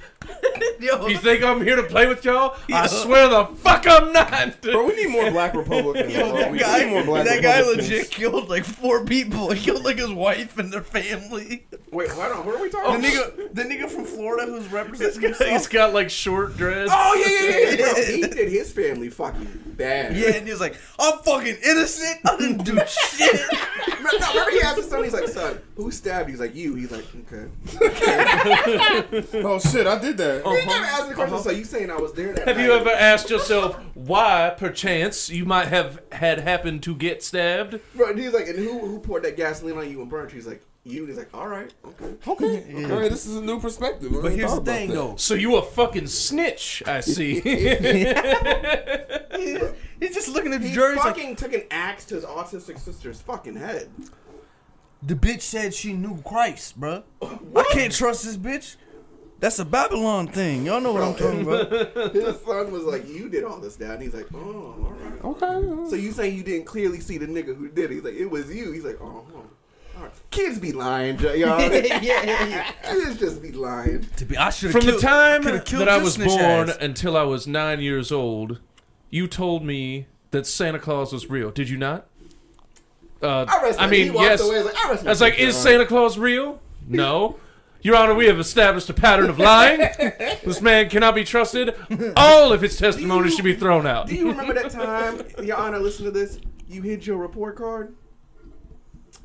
Yo, you think I'm here to play with y'all? I swear the fuck I'm not. Bro, we need more black Republicans. Yo, bro. that we guy- need more black that guy Republicans. legit killed like four people. He killed like his wife and their family. Wait, hold on. What are we The talking? about? nigga, the nigga from Florida who's This representing guy, himself. he's got like short dreads. Oh yeah, yeah, yeah, yeah. Bro, he did his family fucking bad. Yeah, and he's like, I'm fucking innocent. I didn't do shit. No, remember he asked his son. He's like, son, who stabbed? you?" He's like, you. He's like, okay. Uh-huh. Oh shit, I did that. He never asked me the question. So you saying I was there? Uh-huh. That Have night. you ever asked yourself why, perchance, you might have had happened to get stabbed? Bro, and he's like, and who who poured that gasoline on you and burnt you? He's like, you. And he's like, all right, okay. Okay, okay, this is a new perspective. but here's the thing, though. So you a fucking snitch, I see. He's just looking at the He jury. He's like, fucking took an axe to his autistic sister's fucking head. The bitch said she knew Christ, bruh. I can't trust this bitch. That's a Babylon thing. Y'all know what I'm talking about. His son was like, you did all this, dad. And he's like, oh, all right. Okay. So you saying you didn't clearly see the nigga who did it? He's like, it was you. He's like, oh, huh. all right. Kids be lying, y'all. yeah, yeah, yeah. Kids just be lying. to be, I should From the time coulda killed that I your was snitch born ass. until I was nine years old, you told me that Santa Claus was real. Did you not? Uh, I, rest I my- he mean, walked yes. Away, I was like, I, rest my I was like, case, is Your Honor. Santa Claus real? No. Your Honor, we have established a pattern of lying. this man cannot be trusted. All of his testimony should be thrown out. Do you remember that time, Your Honor? Listen to this. You hid your report card.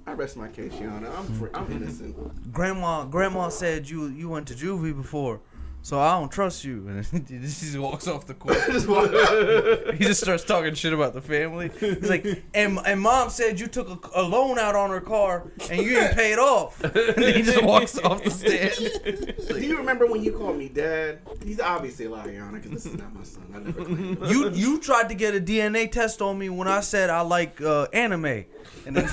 I rest my case, Your Honor. I'm free. I'm innocent. grandma, grandma said you you went to juvie before, so I don't trust you. And she just walks off the court. Just walk out. he just starts talking shit about the family. He's like, and, and mom said you took a, a loan out on her car and you didn't pay it off. And then he just walks off the stand. Do you remember when you called me dad? He's obviously lying, Your Honor, because this is not my son. I never claimed him. You you tried to get a DNA test on me when I said I like uh, anime. And then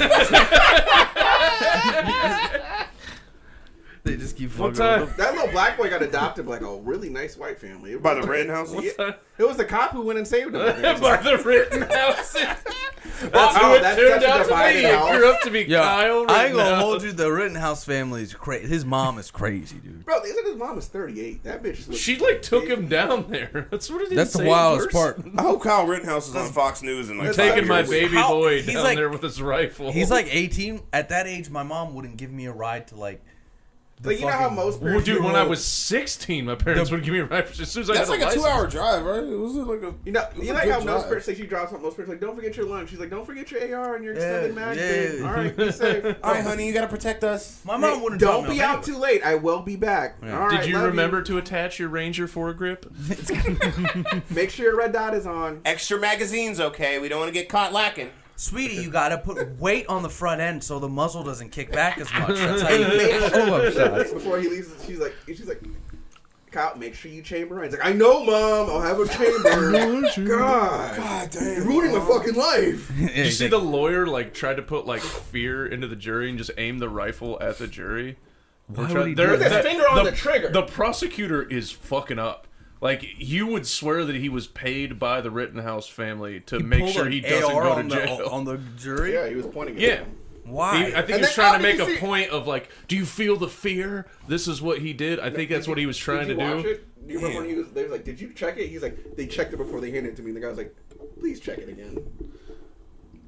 they just keep One fucking time, up. That little black boy got adopted by like a really nice white family. By the Rittenhouse? Yeah. It was the cop who went and saved him. I think. It's by like, the Rittenhouse. That's oh, who it that's turned such a out to divided be. It house. grew up to be Yo, Kyle I ain't gonna Rittenhouse. hold you. The Rittenhouse family is crazy. His mom is crazy, dude. bro, isn't his mom is 38? That bitch is She like took him down there. That's what it is. That's the wildest part. I hope Kyle Rittenhouse is on Fox News and like five Taking my years. baby How- boy he's down like- there with his rifle. He's like 18. At that age, my mom wouldn't give me a ride to like. the Like, you know how fucking- most Well, parents dude, do? when I was 16, my parents would give me a rifle as soon as I That's got like a license. two-hour drive, right? It was like a. You know, was a you like good how most drive. parents say she drops off most parents like, don't forget your lunch. She's like, don't forget your AR and your Yeah, extended mag. yeah. thing. All right, be safe. All right, honey, you gotta protect us. My mom wouldn't. drop don't me be off out too late. I will be back. All right, Did you love remember to attach your Ranger foregrip? Make sure your red dot is on. Extra magazines, okay? We don't want to get caught lacking. Sweetie, you gotta put weight on the front end so the muzzle doesn't kick back as much. That's how you make pull-up shots. Before he leaves, she's like, she's like, Kyle, make sure you chamber. He's like, I know, mom. I'll have a chamber. God, God you're damn. ruining my fucking life. Did you see the lawyer like tried to put like fear into the jury and just aim the rifle at the jury? Why would he do With his finger on the trigger. The prosecutor is fucking up. Like you would swear that he was paid by the Rittenhouse family to make Pulled sure an he doesn't AR go to on the- jail. on the jury. Yeah, he was pointing. At yeah. him. Why? He- I think he And was then trying how to did make a you see- point of like, do you feel the fear? This is what he did. I think that's what he was trying Did to you watch do. it? Do you remember when he was? They was like, "Did you check it?" He's like, "They checked it before they handed it to me." And the guy was like, "Please check it again."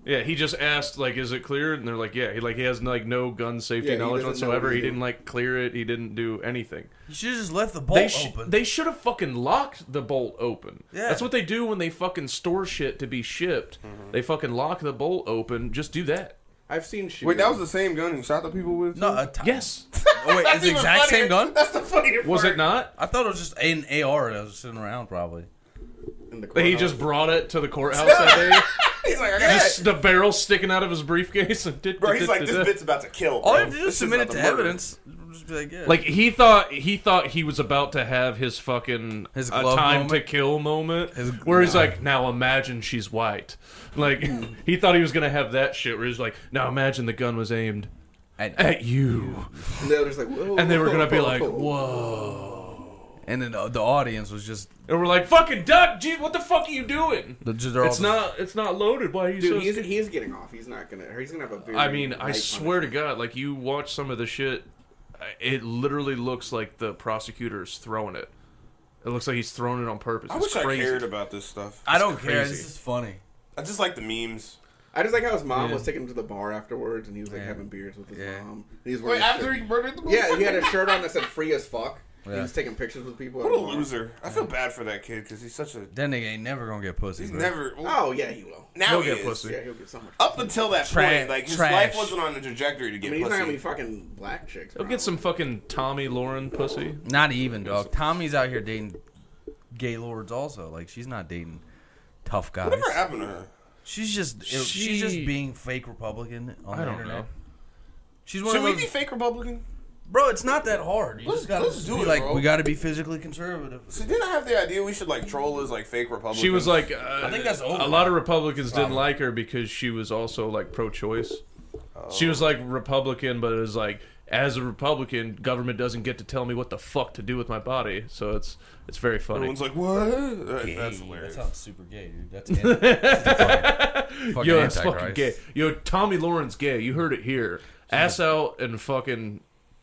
Yeah, he just asked like, is it clear? And they're like, yeah. He like he has like no gun safety Yeah, he knowledge doesn't know what whatsoever. he he did. didn't like clear it. He didn't do anything. you should have just left the bolt They, sh- open. they should have fucking locked the bolt open. Yeah. That's what they do when they fucking store shit to be shipped. Mm-hmm. They fucking lock the bolt open. Just do that. I've seen shit. Wait, that was the same gun who shot the people with? no, a t- Yes. Oh wait, is the exact same gun? That's the funnier Was it not? I thought it was just an AR that was sitting around, probably. in the That he courthouse. just brought it to the courthouse that day. He's like, I Just the barrel sticking out of his briefcase. and did- Bro, did- he's like, did- this did- bit's about to kill. All bro. you have to do This is submit it to evidence. Just be like, yeah. Like he thought he thought he was about to have his fucking His uh, glove time moment? to kill moment, where he's like, now imagine she's white. Like he thought he was gonna have that shit, where he's like, now imagine the gun was aimed At- at you. And they were just like, whoa, and they were whoa, gonna be whoa, like, whoa. "Whoa!" and then the, the audience was just And we're like, fucking duck, geez, what the fuck are you doing? the just they're all It's just- not it's not loaded. Why are you Dude, so he's, he's getting off. He's not gonna. He's gonna have a. Very I mean, I light swear to punishment. God, like you watch some of the shit, I- it literally looks like the prosecutor's throwing it. It looks like he's throwing it on purpose. I it's wish I crazy. cared about this stuff. I don't it's care. crazy. This is funny. I just like the memes. I just like how his mom Yeah. was taking him to the bar afterwards, and he was like Yeah. having beers with his Yeah. mom. And he was wearing a shirt- he murdered the yeah, he had a shirt on that said "free as fuck." He Yeah. was taking pictures with people. What at a the bar. loser! I feel bad for that kid because he's such a. That nigga ain't never gonna get pussy. He's bro. never. Oh yeah, he will. now He'll he get is. pussy. Yeah, he'll get so much. Up until that Tra- point, like his trash. life wasn't on the trajectory to I get mean, he's not gonna be pussy. fucking black chicks. Go get some fucking Tommy Lauren pussy. Not even dog. Tommy's out here dating gay lords. Also, like she's not dating tough guys. Whatever happened to her? She's just She- she's just being fake Republican on the I don't internet. know. She's one Should of we those. be fake Republican? bro, it's not that hard. You Let's- just gotta let's do be it, like bro. we gotta be physically conservative. So didn't I have the idea we should like troll as like fake Republicans? She was like, uh, think that's over. a lot of Republicans didn't like her because she was also like pro-choice. Oh. She was like Republican, but it was like, as a Republican, government doesn't get to tell me what the fuck to do with my body. So it's it's very funny. Everyone's like, what? That- that's Gay. hilarious. That sounds super gay, dude. That's anti- fucking Yo, that's fucking antichrist. gay. Yo, Tommy Lauren's gay. You heard it here. Ass out and fucking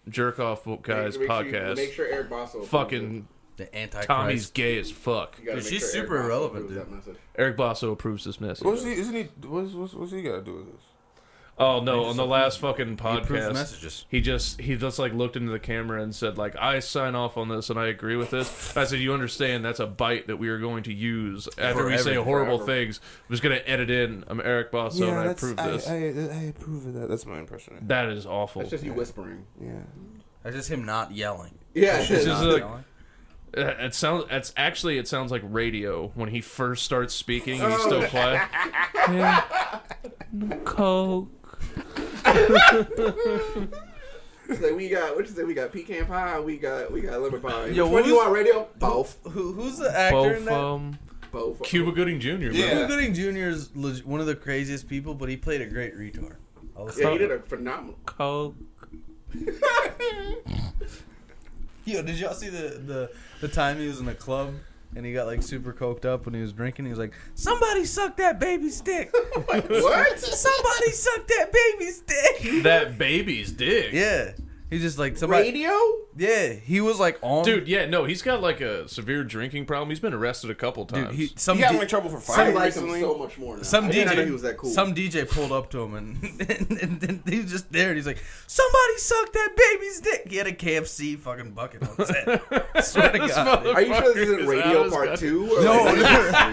jerk off guys make sure you- podcast. make sure Eric Bosso. fucking The anti Tommy's gay as fuck. You gotta Dude, make she's sure Eric super Bosso irrelevant, approves dude. that message. Eric Basso approves this message. What's he? Isn't he? What's what's, what's he got to do with this? Oh no! On the last fucking approves podcast, messages. he just he just like looked into the camera and said like I sign off on this and I agree with this. I said you understand that's a bite that we are going to use after we say Forever, horrible forever. things. I'm just gonna edit in. I'm Eric Basso and I approve this. I, approve of that. That's my impression. that is awful. That's just you whispering. Yeah. That's just him not yelling. Yeah, This it is is. like yelling. uh, it sounds. It's actually it sounds like radio when he first starts speaking and he's still quiet. Yeah. No Coke. It's like we got. What you say? We got pecan pie. We got. We got lemon pie. Yo, Yo, what what do you was- want? Radio? Both. Who, who's the actor Both in that? um, Both. Cuba Gooding Jr. man. Yeah. Cuba Gooding Jr. is leg- one of the craziest people, but he played a great retard. I'll say- Yeah, he did a phenomenal. Coke. Yo, did y'all see the, the the time he was in a club and he got like super coked up when he was drinking? He was like, "Somebody suck that baby's dick! What? Somebody suck that baby's dick!" That baby's dick. Yeah, he just like somebody. Radio? Yeah, he was like on Dude, yeah, no, he's got like a severe drinking problem. He's been arrested a couple Dude, times. he, some He got D- in like, trouble for I fighting like him recently. so much more. Now. Some I DJ, didn't know he was that cool. some DJ pulled up to him and, and, and, he was just there and he's like, "Somebody sucked that baby's dick." He had a KFC fucking bucket on his head. Swear to This God. dude. Are you sure this Is isn't that Radio his Part guy? Two? Or No. like,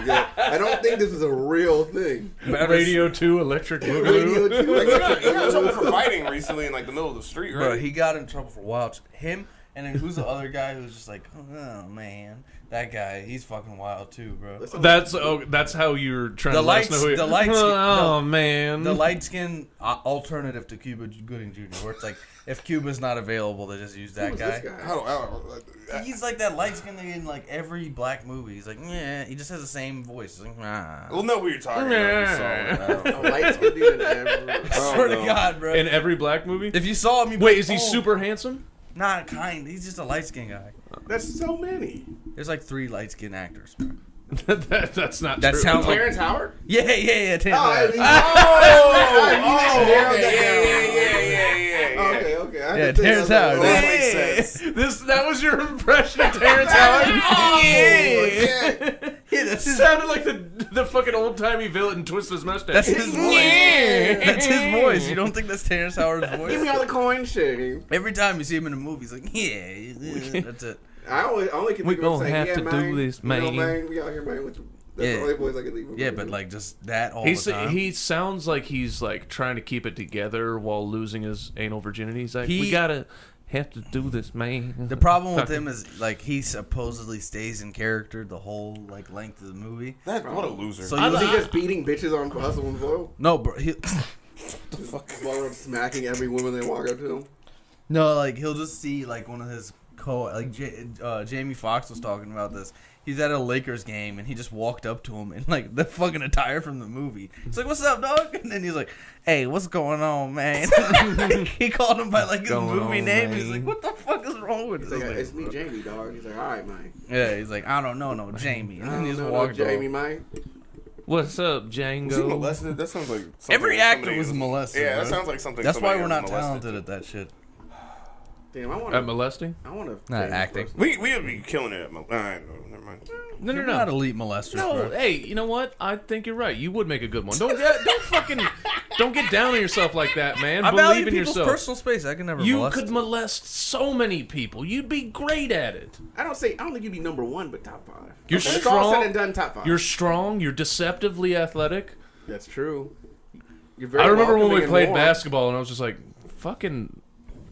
yeah, I don't think this is a real thing. Radio 2 Electric Radio Boogaloo. Two. Like, he, got, he got in trouble for fighting recently in like the middle of the street, right? Bro, he got in trouble for wild. Him and then who's the other guy who's just like, "Oh man, that guy, he's fucking wild too, bro." That's oh, that's how you're trying The to let us lights- know who you- the lights- Oh the- man, The light skin uh, alternative to Cuba Gooding Jr., where it's like, if Cuba's not available, they just use that Who's this guy. I guy? don't, I don't- I- He's like that light skin thing in like every black movie. He's like, yeah, he just has the same voice. He's like, nah. We'll know what you're talking about. if you saw it. I don't know. Lights could do that. Oh, Swear to no. God, bro. in every black movie. if you saw him, you Wait, is he oh, super handsome? Not kind. He's just a light skinned guy. That's so many. There's like three light skinned actors. Bro. that, that's not. That true. sounds like Terrence Howard. Yeah, yeah, yeah. Terrence Ah, Oh, Howard. he's- Oh, nailed okay, yeah, it. yeah, yeah, yeah, yeah, yeah. Okay, okay. I Yeah, just think Terrence I was Howard. That like, makes Yeah. sense. this. That was your impression of Terrence Howard. Yeah. Oh, Yeah, that's his, sounded like the the fucking old timey villain twists his mustache. that's his voice. That's his voice. You don't think that's Terrence Howard's Give me voice? all the coin shaking. Every time you see him in a movie, he's like, yeah, yeah, that's it. I only, I only can We think of him gonna saying, have yeah, to do man, this, You know, man. man. We out here, man. Which, that's Yeah. the only voice I can think of. Yeah, but like just that all He's, the time. he sounds like he's like trying to keep it together while losing his anal virginity. He's like, He- we gotta have to do this, man. the problem with him is like he supposedly stays in character the whole like length of the movie. That, what a loser. So Was he you, just beating bitches on hustle and flow? no, bro. He, While smacking every woman they walk up to him? No, like he'll just see like one of his co like J- uh, Jamie Foxx was talking about this. He's at a Lakers game and he just walked up to him and like the fucking attire from the movie. He's like, "What's up, dog?" And then he's like, "Hey, what's going on, man?" he called him by like his going movie on, name. He's man? like, "What the fuck is wrong with He's this?" like, nigga?" it's me, Jamie, dog. He's like, all right, Mike. yeah, he's like, "I don't know, no Jamie." And I then he don't just know, no walked over. Jamie, Mike. What's up, Django? Was he molested? That sounds like something Every actor somebody- was molested, Yeah, that bro. sounds like something. That's why somebody we're not molested. talented at that shit. Damn, I want At to. molesting? I want to. Not acting. We we would be killing it. At mo- all right, no, never mind. No, no, You're no. not elite molesters, No, bro. hey, you know what? I think you're right. You would make a good one. Don't yeah, don't fucking don't get down on yourself like that, man. I value Believe in people's yourself. personal space. I can never. you molest could molest so many people. You'd be great at it. I don't say. I don't think you'd be number one, but top five. You're When it's all strong. said and done, top 5 You're strong. You're deceptively athletic. That's true. You're very I remember when welcoming we and played warm. basketball, and I was just like, fucking.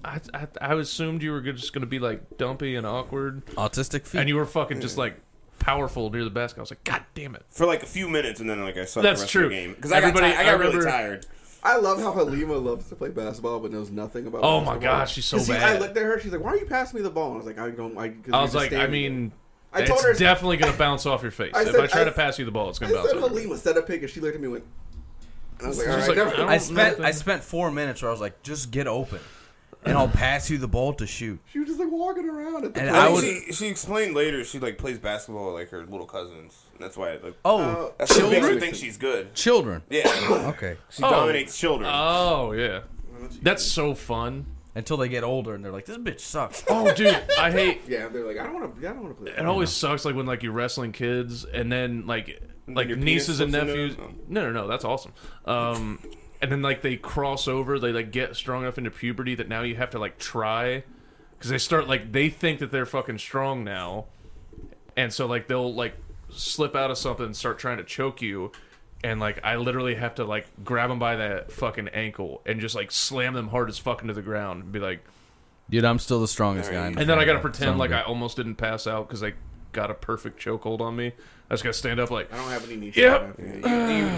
I, I, I assumed you were good- just going to be like dumpy and awkward, autistic feet. and you were fucking just like powerful near the basket. I was like, God damn it! For like a few minutes, and then like I sucked That's the rest true. of the game because I got, ti- Everybody- I I got really remember- tired. I love how Halima loves to play basketball but knows nothing about. Oh basketball. my gosh, she's so 'Cause she- I bad. looked at her. She's like, "Why are you passing me the ball?" And I was like, "I don't." I, 'cause I you're was just like, I standing mean, I it's told her- definitely going to bounce off your face. I if said- I try I- to pass you the ball, it's there." going to bounce I said off. your face. Halima set a pick, and she looked at me and went. And I was like, "All She's right, like, never." I don't- I spent nothing. I spent four minutes where I was like, just get open, and I'll pass you the ball to shoot. She was just like walking around at the. And And I I would- she, she explained later she like plays basketball with, like her little cousins. And that's why like Oh, Uh, that's what makes her children, think she's good. children. Yeah, Okay, she Oh. dominates children. Uh. Oh yeah, that's so fun. until they get older and they're like, this bitch sucks. Oh dude, I hate. yeah, they're like, "I don't want to. I don't want to play." It always sucks like when like you're wrestling kids and then like And like your penis nieces and slips into nephews. them? No, no, no, that's awesome. Um, and then like they cross over, they like get strong enough into puberty that now you have to like try because they start like they think that they're fucking strong now, and so like they'll like slip out of something and start trying to choke you. And like I literally have to like grab them by that fucking ankle and just like slam them hard as fuck into the ground and be like, Dude, I'm still the strongest guy. in the and then I gotta family. pretend Son like of a- I almost didn't pass out because I got a perfect chokehold on me. I just gotta stand up like I don't have any niche. Yep. Do, you, do you-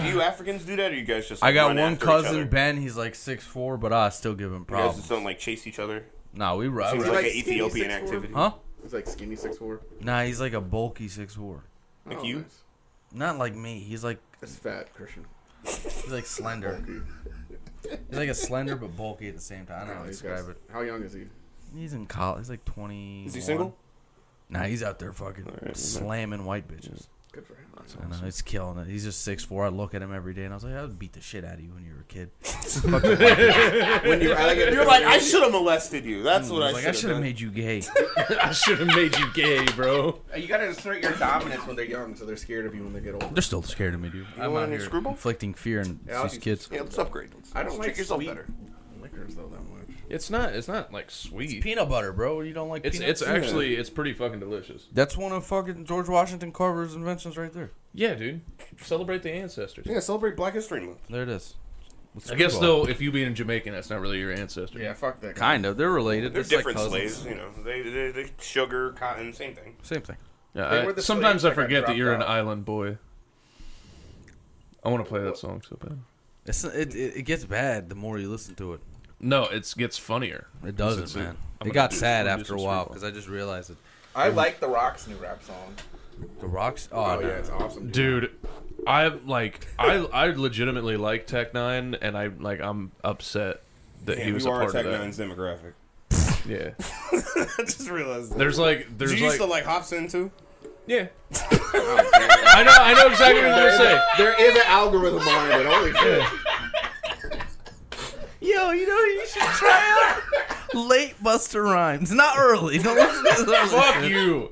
do you Africans do that, or you guys just? I Like, got run one after each other? cousin, Ben. He's like six four, but I still give him You guys just problems. don't like chase each other. Nah, we Seems right. like, like an skinny Ethiopian 6'4"? activity. Huh? It's like skinny six four. Oh, Nah, he's like a bulky six four. Like you? Not like me. He's like That's fat, Christian. he's like slender. He's like a slender but bulky at the same time. I don't know how to These Oh, guys- describe it. How young is he? He's in college. He's like twenty. Is he single? Nah, he's out there fucking well, slamming white bitches. Good for him. I know he's killing it. He's just six four. I look at him every day, and I was like, I would beat the shit out of you when you were a kid. Fucking white bitch. When you, I like it. You're like I should have molested you. That's what I I, was Mm, like, I should have done. made you gay. I should have made you gay, bro. You gotta assert your dominance when they're young, so they're scared of you when they get older. They're still scared of me, dude. I'm want out any here screwball? inflicting fear in Yeah, I'll these do- kids. Yeah, let's upgrade. Let's, I don't let's like treat yourself sweet better. liquors though that much. It's not. It's not like sweet. Peanut butter, bro. You don't like It's peanuts? it's actually it's pretty fucking delicious. that's one of fucking George Washington Carver's inventions right there. Yeah, dude. Celebrate the ancestors. Yeah, celebrate Black History Month. There it is. I guess Screwball. though, if you being Jamaican, that's not really your ancestor. Yeah, fuck that. Kind of. They're related. They're It's like different cousins. slaves, you know. They, they, they sugar, cotton, same thing. Same thing. Yeah, They I- were the sometimes slaves I that got forget that dropped you're an out. island boy. I want to play that song so bad. It's, it, it, it gets bad the more you listen to it. No, it gets funnier. It doesn't, It's- man. I'm It gonna got do- I'm sad gonna do after a some while screwball. because I just realized it. I like The Rock's new rap song. The rocks. Oh, Oh, no. yeah, it's awesome. dude i like i i legitimately like tech nine and i like i'm upset that he you was a are part of Tech that Nine's demographic. yeah I just realized. that. there's like Did there's you used to like like Oh, Hobson too? yeah i know i know exactly what you're gonna say There is an algorithm behind it. Holy shit. Yo, you know what you should try out late Buster Rhymes, not early. Don't listen to this early fuck shit. you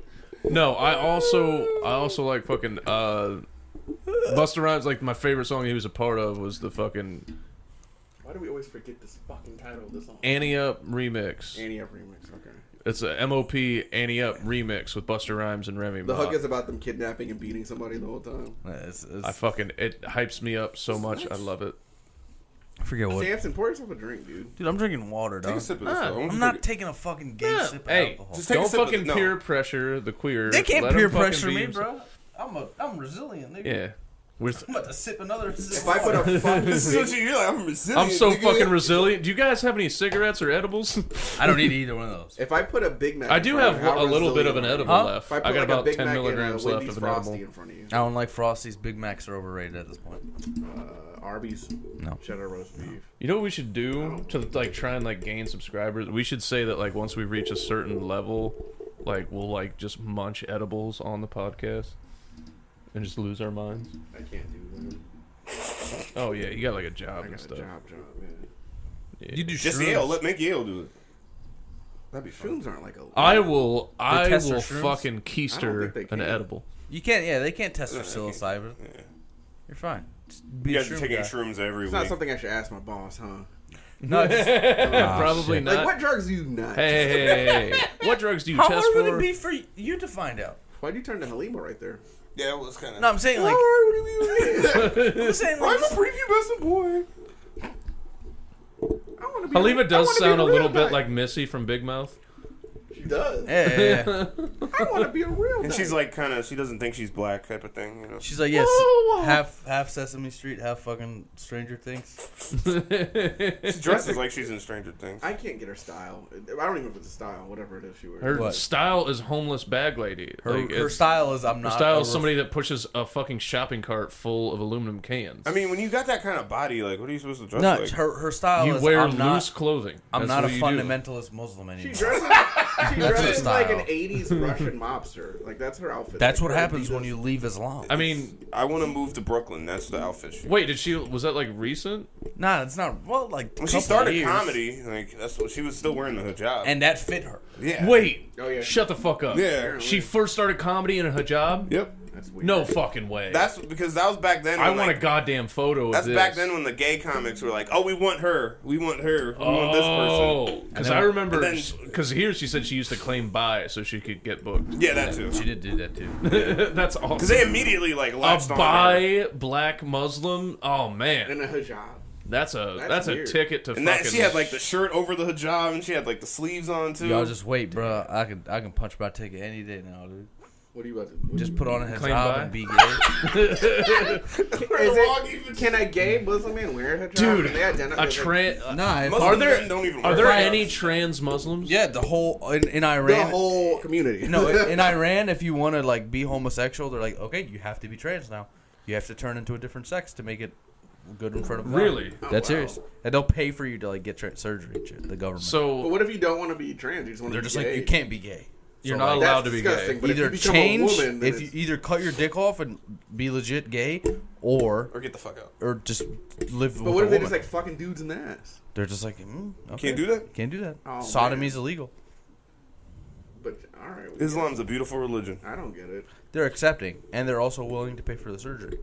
no i also i also like fucking uh buster rhymes like my favorite song he was a part of was the fucking Why do we always forget this fucking title of this song? annie up remix Annie Up remix. Okay. it's a mop annie up remix with buster rhymes and remy The Ma. hook is about them kidnapping and beating somebody the whole time. It's- it's- i I fucking it hypes me up so much i love it forget what. Samson, pour yourself a drink, dude. Dude, I'm drinking water, Take dog. a sip of this. Ah, though. I want I'm you not to- taking a fucking gay Yeah, sip of hey, alcohol. Just take a Don't sip of fucking this. No. peer pressure the queer. they can't Let 'em peer fucking pressure be me, himself. bro. I'm a, I'm resilient, nigga. Yeah. With I'm about to sip another. If I put a fuck, This is what you, you're like. I'm resilient. I'm so nigga. fucking resilient. Do you guys have any cigarettes or edibles? I don't need either one of those. if I put a Big Mac, I in do front of have you, how a little bit of an resilient are you? edible Huh? left. If I, I, put got like about a Big 10 Mac milligrams and a left Wendy's of an Frosty edible. in front of you, I don't like Frosties. Big Macs are overrated at this point. uh, Arby's, No. cheddar roast beef. You know what we should do to like try and like gain subscribers? We should say that like once we reach a certain level, like we'll like just munch edibles on the podcast and just lose our minds. I can't do that. Oh yeah, you got like a job I and got a stuff. job, job. Yeah. You do Just Yale. Let make Yale do it. That'd be fun. Shrooms aren't like a. I will. I test will for shrooms? fucking I don't think they keister an can. edible. You can't. Yeah, they can't test for they can't. psilocybin. Yeah. You're fine. Just be You a guys are shroom taking guy. shrooms every It's week. not something I should ask my boss, huh? No, just- Ah, Probably shit. not. Like, what drugs do you not? Hey, hey, hey, hey, hey. what drugs do you How test hard for? would it be for you to find out? Why'd you turn to Halima right there? yeah, it was kind of. No, I'm saying like I'm saying like I'm a prepubescent boy. I want to be. Halima I does wanna be sound a real little bit guy. like Missy from Big Mouth. She does. yeah, yeah, yeah. I want to be a real. And guy. she's like, kind of. She doesn't think she's black, type of thing. You know. She's like yes, Whoa. half half Sesame Street, half fucking Stranger Things. She dresses like she's in Stranger Things. I can't get her style. I don't even know if it's a style. Whatever it is she wears. Her What? style is homeless bag lady. Her, Like, her it's- style is I'm not. Her style a is ref- somebody that pushes a fucking shopping cart full of aluminum cans. I mean, when you got that kind of body, like, what are you supposed to dress No, like? her her style you is wear I'm loose not. clothing. I'm That's not a what you do. fundamentalist Muslim She anymore. dresses, she dresses her like style. an 80s Russian mobster. Like, that's her outfit. That's Like, what her happens when Adidas- you leave Islam. I mean, I want to move to Brooklyn. That's the outfit. She, wait, did she? Was that like recent? Nah, it's not. Well, like when a she couple started years, comedy, like that's what she was still wearing the hijab. and that fit her. yeah, Wait, Oh, yeah. shut the fuck up. Yeah. she first started comedy in a hijab. Yep. That's weird. No fucking way. That's because that was back then. I when, want like, a goddamn photo of That's this. back then when the gay comics were like, "Oh, we want her. We want her. We want this person." Oh, because I remember. and then- Because here she said she used to claim bi so she could get booked. Yeah, that too. She Because did do that too. That's awesome. they immediately like A latched on. to her. bi black Muslim. Oh In man, a hijab. that's a that's, That's a weird. ticket to And fucking. that she had like the shirt over the hijab, and she had like the sleeves on too. Y'all just wait, bro. I can I can punch my ticket any day now, dude. What are you about to do? Just put on a Claim hijab by. and be gay. Where Is the wrong it, even- can a gay Muslim man wear a hijab? Dude, Can they identify a as, like, trans. nah, if- Muslim Are there- men don't even Are wear there hijabs. any trans Muslims? yeah, the whole in, in the Iran. whole community. no, in, in Iran, if you want to like be homosexual, they're like, okay, you have to be trans now. You have to turn into a different sex to make it good in front of God. Really? Oh, That's wow. serious, and they'll pay for you to like get tra- surgery. and shit, The government. But So what if you don't want to be trans? You just want to they're be just gay? like you can't be gay. you're So, not like, allowed that's to be disgusting, gay. But if either you become a change woman, then if you it's- either cut your dick off and be legit gay, or Or get the fuck out. or just live But with what a if they woman. just like fucking dudes in the ass? They're just like, mm, okay. Can't do that. Can't do that. Oh, Sodomy's illegal. But all right, we get Islam's a beautiful religion. it. I don't get it. They're accepting, and they're also willing to pay for the surgery.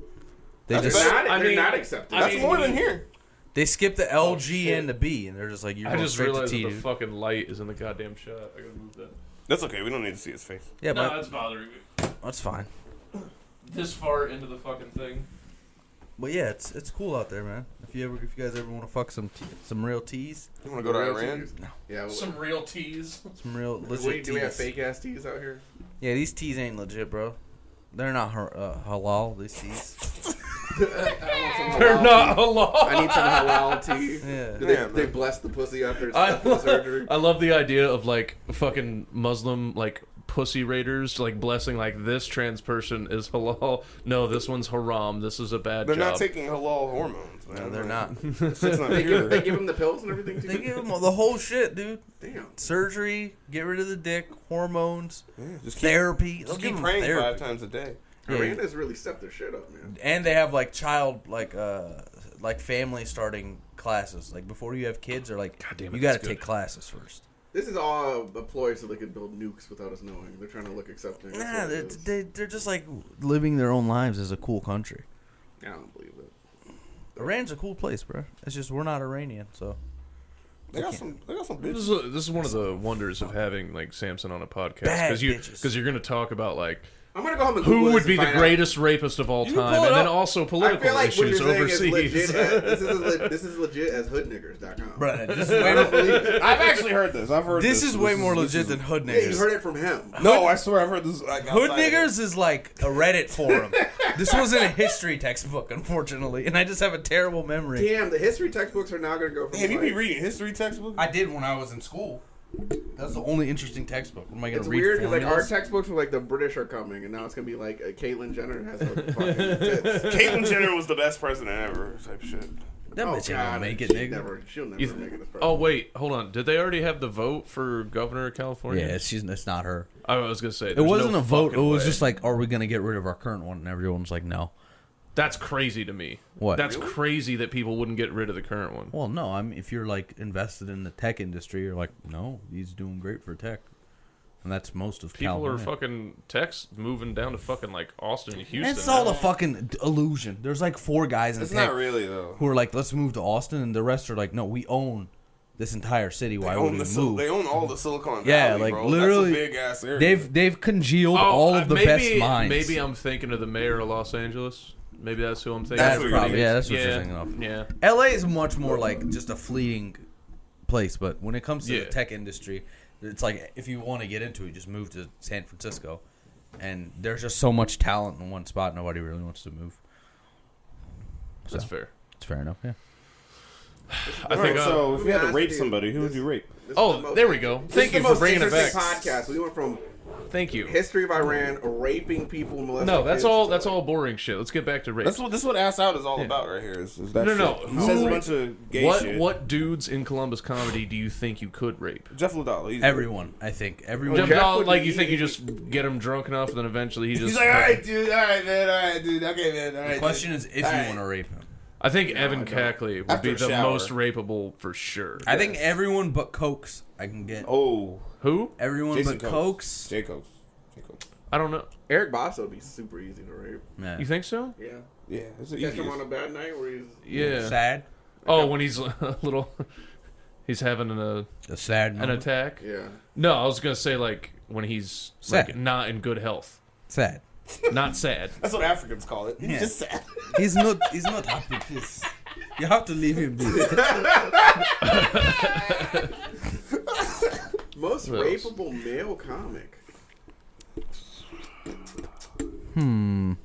They That's just better. Not, I they're mean- not accepted. I That's mean- more than here. they skip the L, G, and the B, and they're just like, you're I going just straight to realized T. that the dude. fucking light is in the goddamn shot. I gotta move that. That's okay. We don't need to see his face. yeah, No, but that's bothering me. that's fine. This far into the fucking thing. But yeah, it's it's cool out there, man. If you ever, if you guys ever want to fuck some t- some real T's, You want to go to Iran? Yeah. what- Some real teas. some real what- legit do we have Ts. fake ass teas out here? Yeah, these teas ain't legit, bro. They're not har- uh, halal. These teas. They're not halal. I need some halal tea. Yeah. Do they, Yeah, they man. bless the pussy after it's I, after surgery. I love the idea of like fucking Muslim like pussy raiders like blessing like this trans person is halal. No, this one's haram. This is a bad They're job. not taking halal hormones, man. No, they're not. It's not They give, pure. they give him the pills and everything. Too? They give them the whole shit, dude. Damn. Surgery, get rid of the dick, hormones, Just keep, therapy. They'll just give keep 'em praying therapy. five times a day. Yeah. Miranda's really stepped their shit up, man. And they have like child, like uh, like family starting classes. Like before you have kids, they're like, God damn it, you got that's to good. take classes first. This is all a ploy so they could build nukes without us knowing. They're trying to look accepting. That's Nah, what it they're, is. they, they're just like living their own lives as a cool country. I don't believe it. Iran's a cool place, bro. It's just we're not Iranian, so They got some. They got some This bitches. is, this is one of the wonders of having like Samson on a podcast Bad because you bitches. because you're gonna talk about like I'm gonna go home and Google Who this would and be the find out. greatest rapist of all can time, pull it and then up. also I political feel like what you're issues saying is legit. overseas. as- This is as le- this is legit as hoodniggers.com. Bruh, this is I way, don't believe it. I've actually heard this. I've heard This is way more this legit is- than hood Yeah, you niggers. heard it from him. No, I swear I've heard this. Like, Hood outside of- niggers is like a Reddit forum. this wasn't a history textbook, unfortunately, and I just have a terrible memory. Damn, the history textbooks are now gonna go from. Damn, you like- be reading history textbooks? I did when I was in school. That's the only interesting textbook. What am I gonna It's read? weird because like our formulas? textbooks were like the British are coming, and now it's gonna be like a Caitlyn Jenner has a fucking tits. Caitlyn Jenner was the best president ever, type shit. that Oh, bitch ain't gonna make it, she nigga. Never, Oh, she'll never You- make it. This Oh wait, hold on. Did they already have the vote for governor of California? Yeah, she's it's not her. I was gonna say It wasn't a vote. It was just like, are we gonna get rid of our current one? And everyone's like, no. that's crazy to me. What? That's crazy that people wouldn't get rid of the current one. Well, no. I'm if you're like invested in the tech industry, you're like, no, he's doing great for tech, and that's most of People are California. fucking techs moving down to fucking like Austin and Houston. It's all a fucking d- illusion. There's like four guys in It's tech not really though. who are like, let's move to Austin, and the rest are like, no, we own this entire city. They Why would own, the we Sil- move? they own all the Silicon Valley. Yeah, like, bro. literally, That's a big ass area. They've they've congealed Oh, all uh, of the maybe, best minds. Maybe I'm thinking of the mayor of Los Angeles. Maybe that's who I'm thinking. That's of. what you're thinking. Yeah, that's what yeah, you're thinking of. Yeah, LA is much more like just a fleeting place, but when it comes to Yeah. the tech industry, it's like if you want to get into it, just move to San Francisco. And there's just so much talent in one spot, nobody really wants to move. that's So. fair. It's fair enough, yeah. I think. uh, so. If you had to Ask rape you. somebody, who would you rape? is the oh, most- there we go. this is Thank the you for most bringing it back. interesting Podcast. We went from Thank you. history of Iran, raping people, molesting. No, that's kids, all. to, That's like, all boring shit. Let's get back to rape. That's what this is what ass out is all about right here. Is, is that No, no, shit. no. He says Who- a bunch of gay What shit. what dudes in Columbus comedy do you think you could rape? Jeff Liddell. he's- Everyone, I think. Everyone. Jeff Jeff Dahl, would like be- you think you just get him drunk enough, and then eventually he just. He's like, all right, dude, all right, man, all right, dude, okay, man, all right. the question dude. is if you Alright. want to rape him. I think Evan Cackley would After be a the shower. most rapeable for sure. I think everyone but Cokes I can get. oh, Who? everyone Jason but Cokes, Cokes. J. Cokes, J. Cokes. I don't know. Eric Bossa would be super easy to rape. Yeah. You think so? Yeah, Yeah, it's the catch him on easiest. a bad night where he's. Yeah. Sad. Oh, when he's a little, he's having an uh, A sad an moment. attack. Yeah, No, I was gonna say like when he's like, Sad. not in good health, sad. not sad. That's what Africans call it. He's Yeah. just sad. He's not. He's not happy. Please, you have to leave him. Be. most What else? rapeable male comic.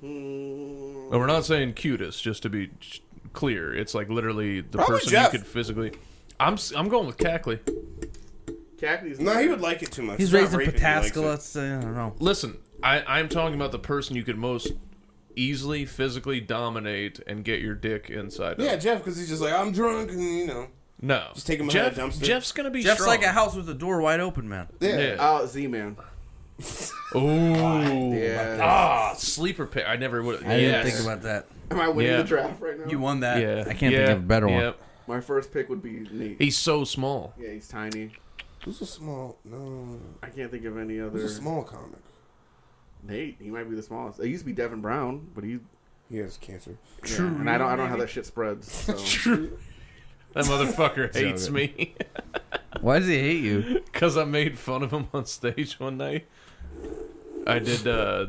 Hmm. No, we're not saying cutest, just to be j- clear. It's like literally the Probably person Jeff. you could physically. I'm s- I'm going with Cackley. Cactus. No, he would like it too much. He's not raised in raping, he likes Pataskala. it. It's, uh, I don't know. Listen, I I'm talking about the person you could most easily physically dominate and get your dick inside. Yeah, Of. Jeff, because he's just like, I'm drunk, and you know. No. Just take him behind Jeff, a dumpster. Jeff's gonna be Jeff's strong. like a house with the door wide open, man. Yeah. Yeah. Oh, Z Man. Ooh. Yeah. Ah, sleeper pick. I never would. I yes. didn't think about that. Am I winning Yeah. the draft right now? You won that. Yeah. I can't Yeah. think of a better one. Yep. My first pick would be Nate. He's so small. yeah, he's tiny. Who's a small? No, I can't think of any who's other. a small comic? Nate, he might be the smallest. It used to be Devin Brown, but he. He has cancer. True. and I don't. I don't know how that shit spreads. So. Oh. True. That motherfucker hates me Why does he hate you? because I made fun of him on stage one night. I did. uh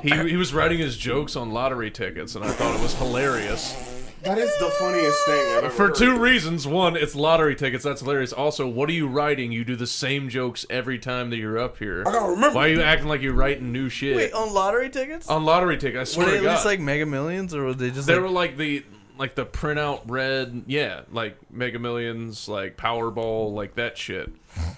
He he was writing his jokes on lottery tickets, and I thought it was hilarious That is the funniest thing I've ever for heard. two reasons. One, it's lottery tickets. That's hilarious. Also, what are you writing? You do the same jokes every time that you're up here. I gotta remember. Why are you acting like you're writing new shit Wait, on lottery tickets? on lottery tickets? Oh, I swear were they to at God. least like Mega Millions, or were they just They like? were like the like the printout red, yeah, like Mega Millions, like Powerball, like that shit.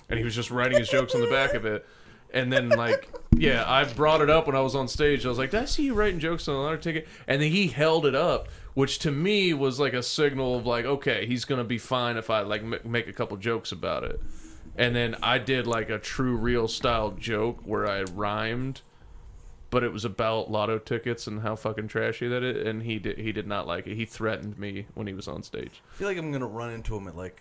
And he was just writing his jokes on the back of it. And then like yeah, I brought it up when I was on stage. I was like, "Did I see you writing jokes on another ticket?" And then he held it up, which to me was like a signal of like, "Okay, he's gonna be fine if I like m- make a couple jokes about it." And then I did like a true real style joke where I rhymed but it was about lotto tickets and how fucking trashy that is. And he did he did not like it. He threatened me when he was on stage. I feel like I'm gonna run into him at like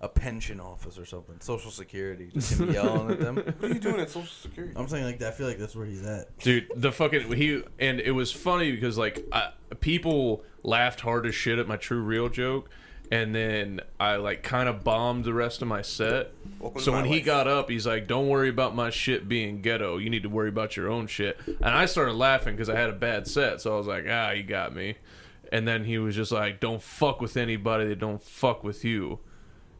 a pension office or something, Social Security, just him yelling at them. What are you doing at Social Security? I'm saying like that. I feel like that's where he's at. Dude, the fucking he and it was funny because like I, people laughed hard as shit at my true real joke. and then I like kind of bombed the rest of my set. Welcome to so my when he life. got up, he's like, "Don't worry about my shit being ghetto. You need to worry about your own shit." And I started laughing because I had a bad set. So I was like, "Ah, you got me." And then he was just like, "Don't fuck with anybody that don't fuck with you."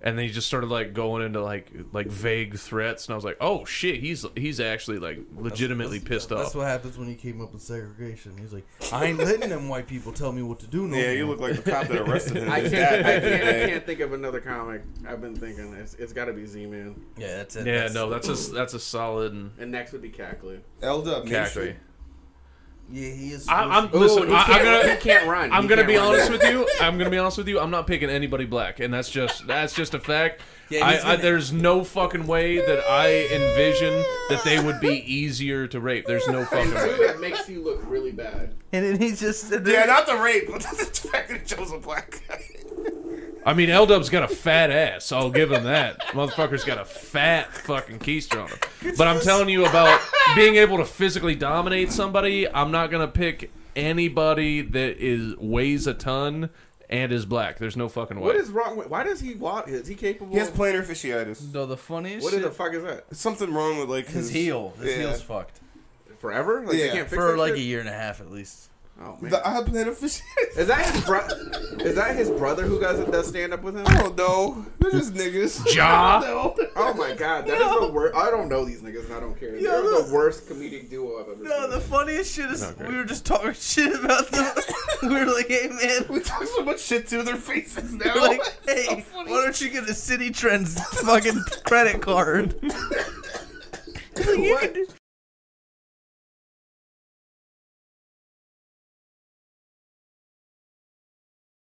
And then he just started like going into like like vague threats, and I was like, "Oh shit, he's he's actually like legitimately pissed off." That's what happens when you came up with segregation. He's like, I ain't letting them white people tell me what to do no Yeah, you more. look like the cop that arrested him. I His can't, dad I, back in the can't, I day. can't think of another comic. I've been thinking it's, it's got to be Z Man, Yeah, that's it. Yeah, That's- no, that's a that's a solid. And, and next would be Cackley. Eld up, Main Street. Cackley. Yeah, he is. I, I'm Ooh, listen. he I, can't- I'm gonna he can't run. I'm He gonna can't be run. honest with you. I'm gonna be honest with you. I'm not picking anybody black, and that's just that's just a fact. Yeah, he's I, I, gonna- there's no fucking way that I envision that they would be easier to rape. There's no fucking Two, way. it makes you look really bad. and then he just. And Yeah, not the rape, but the fact that he chose a black guy. I mean, L Dub's got a fat ass. I'll give him that. Motherfucker's got a fat fucking keister on him. But I'm telling you about being able to physically dominate somebody. I'm not gonna pick anybody that is weighs a ton and is black. There's no fucking way. What is wrong with? Why does he walk? Is he capable? He has Of, planar fasciitis. no, the funniest what shit. the fuck is that? Something wrong with like his heel. His yeah. heel's fucked. Forever? Like, they Yeah. can't fix For that like a shit? year and a half at least. Oh man. The, I have planar fasciitis. Is that his brother? Is that his brother who does does stand up with him? I don't know. They're just niggas. Ja? No. Oh my god, that is the worst. I don't know these niggas, and I don't care. They're no. the worst comedic duo I've ever No, seen. the funniest shit is Not great. we were just talking shit about them. we were like, hey man, We talk so much shit to their faces now. They're like, hey, why don't you get a City Trends fucking credit card? He's like, you What? can,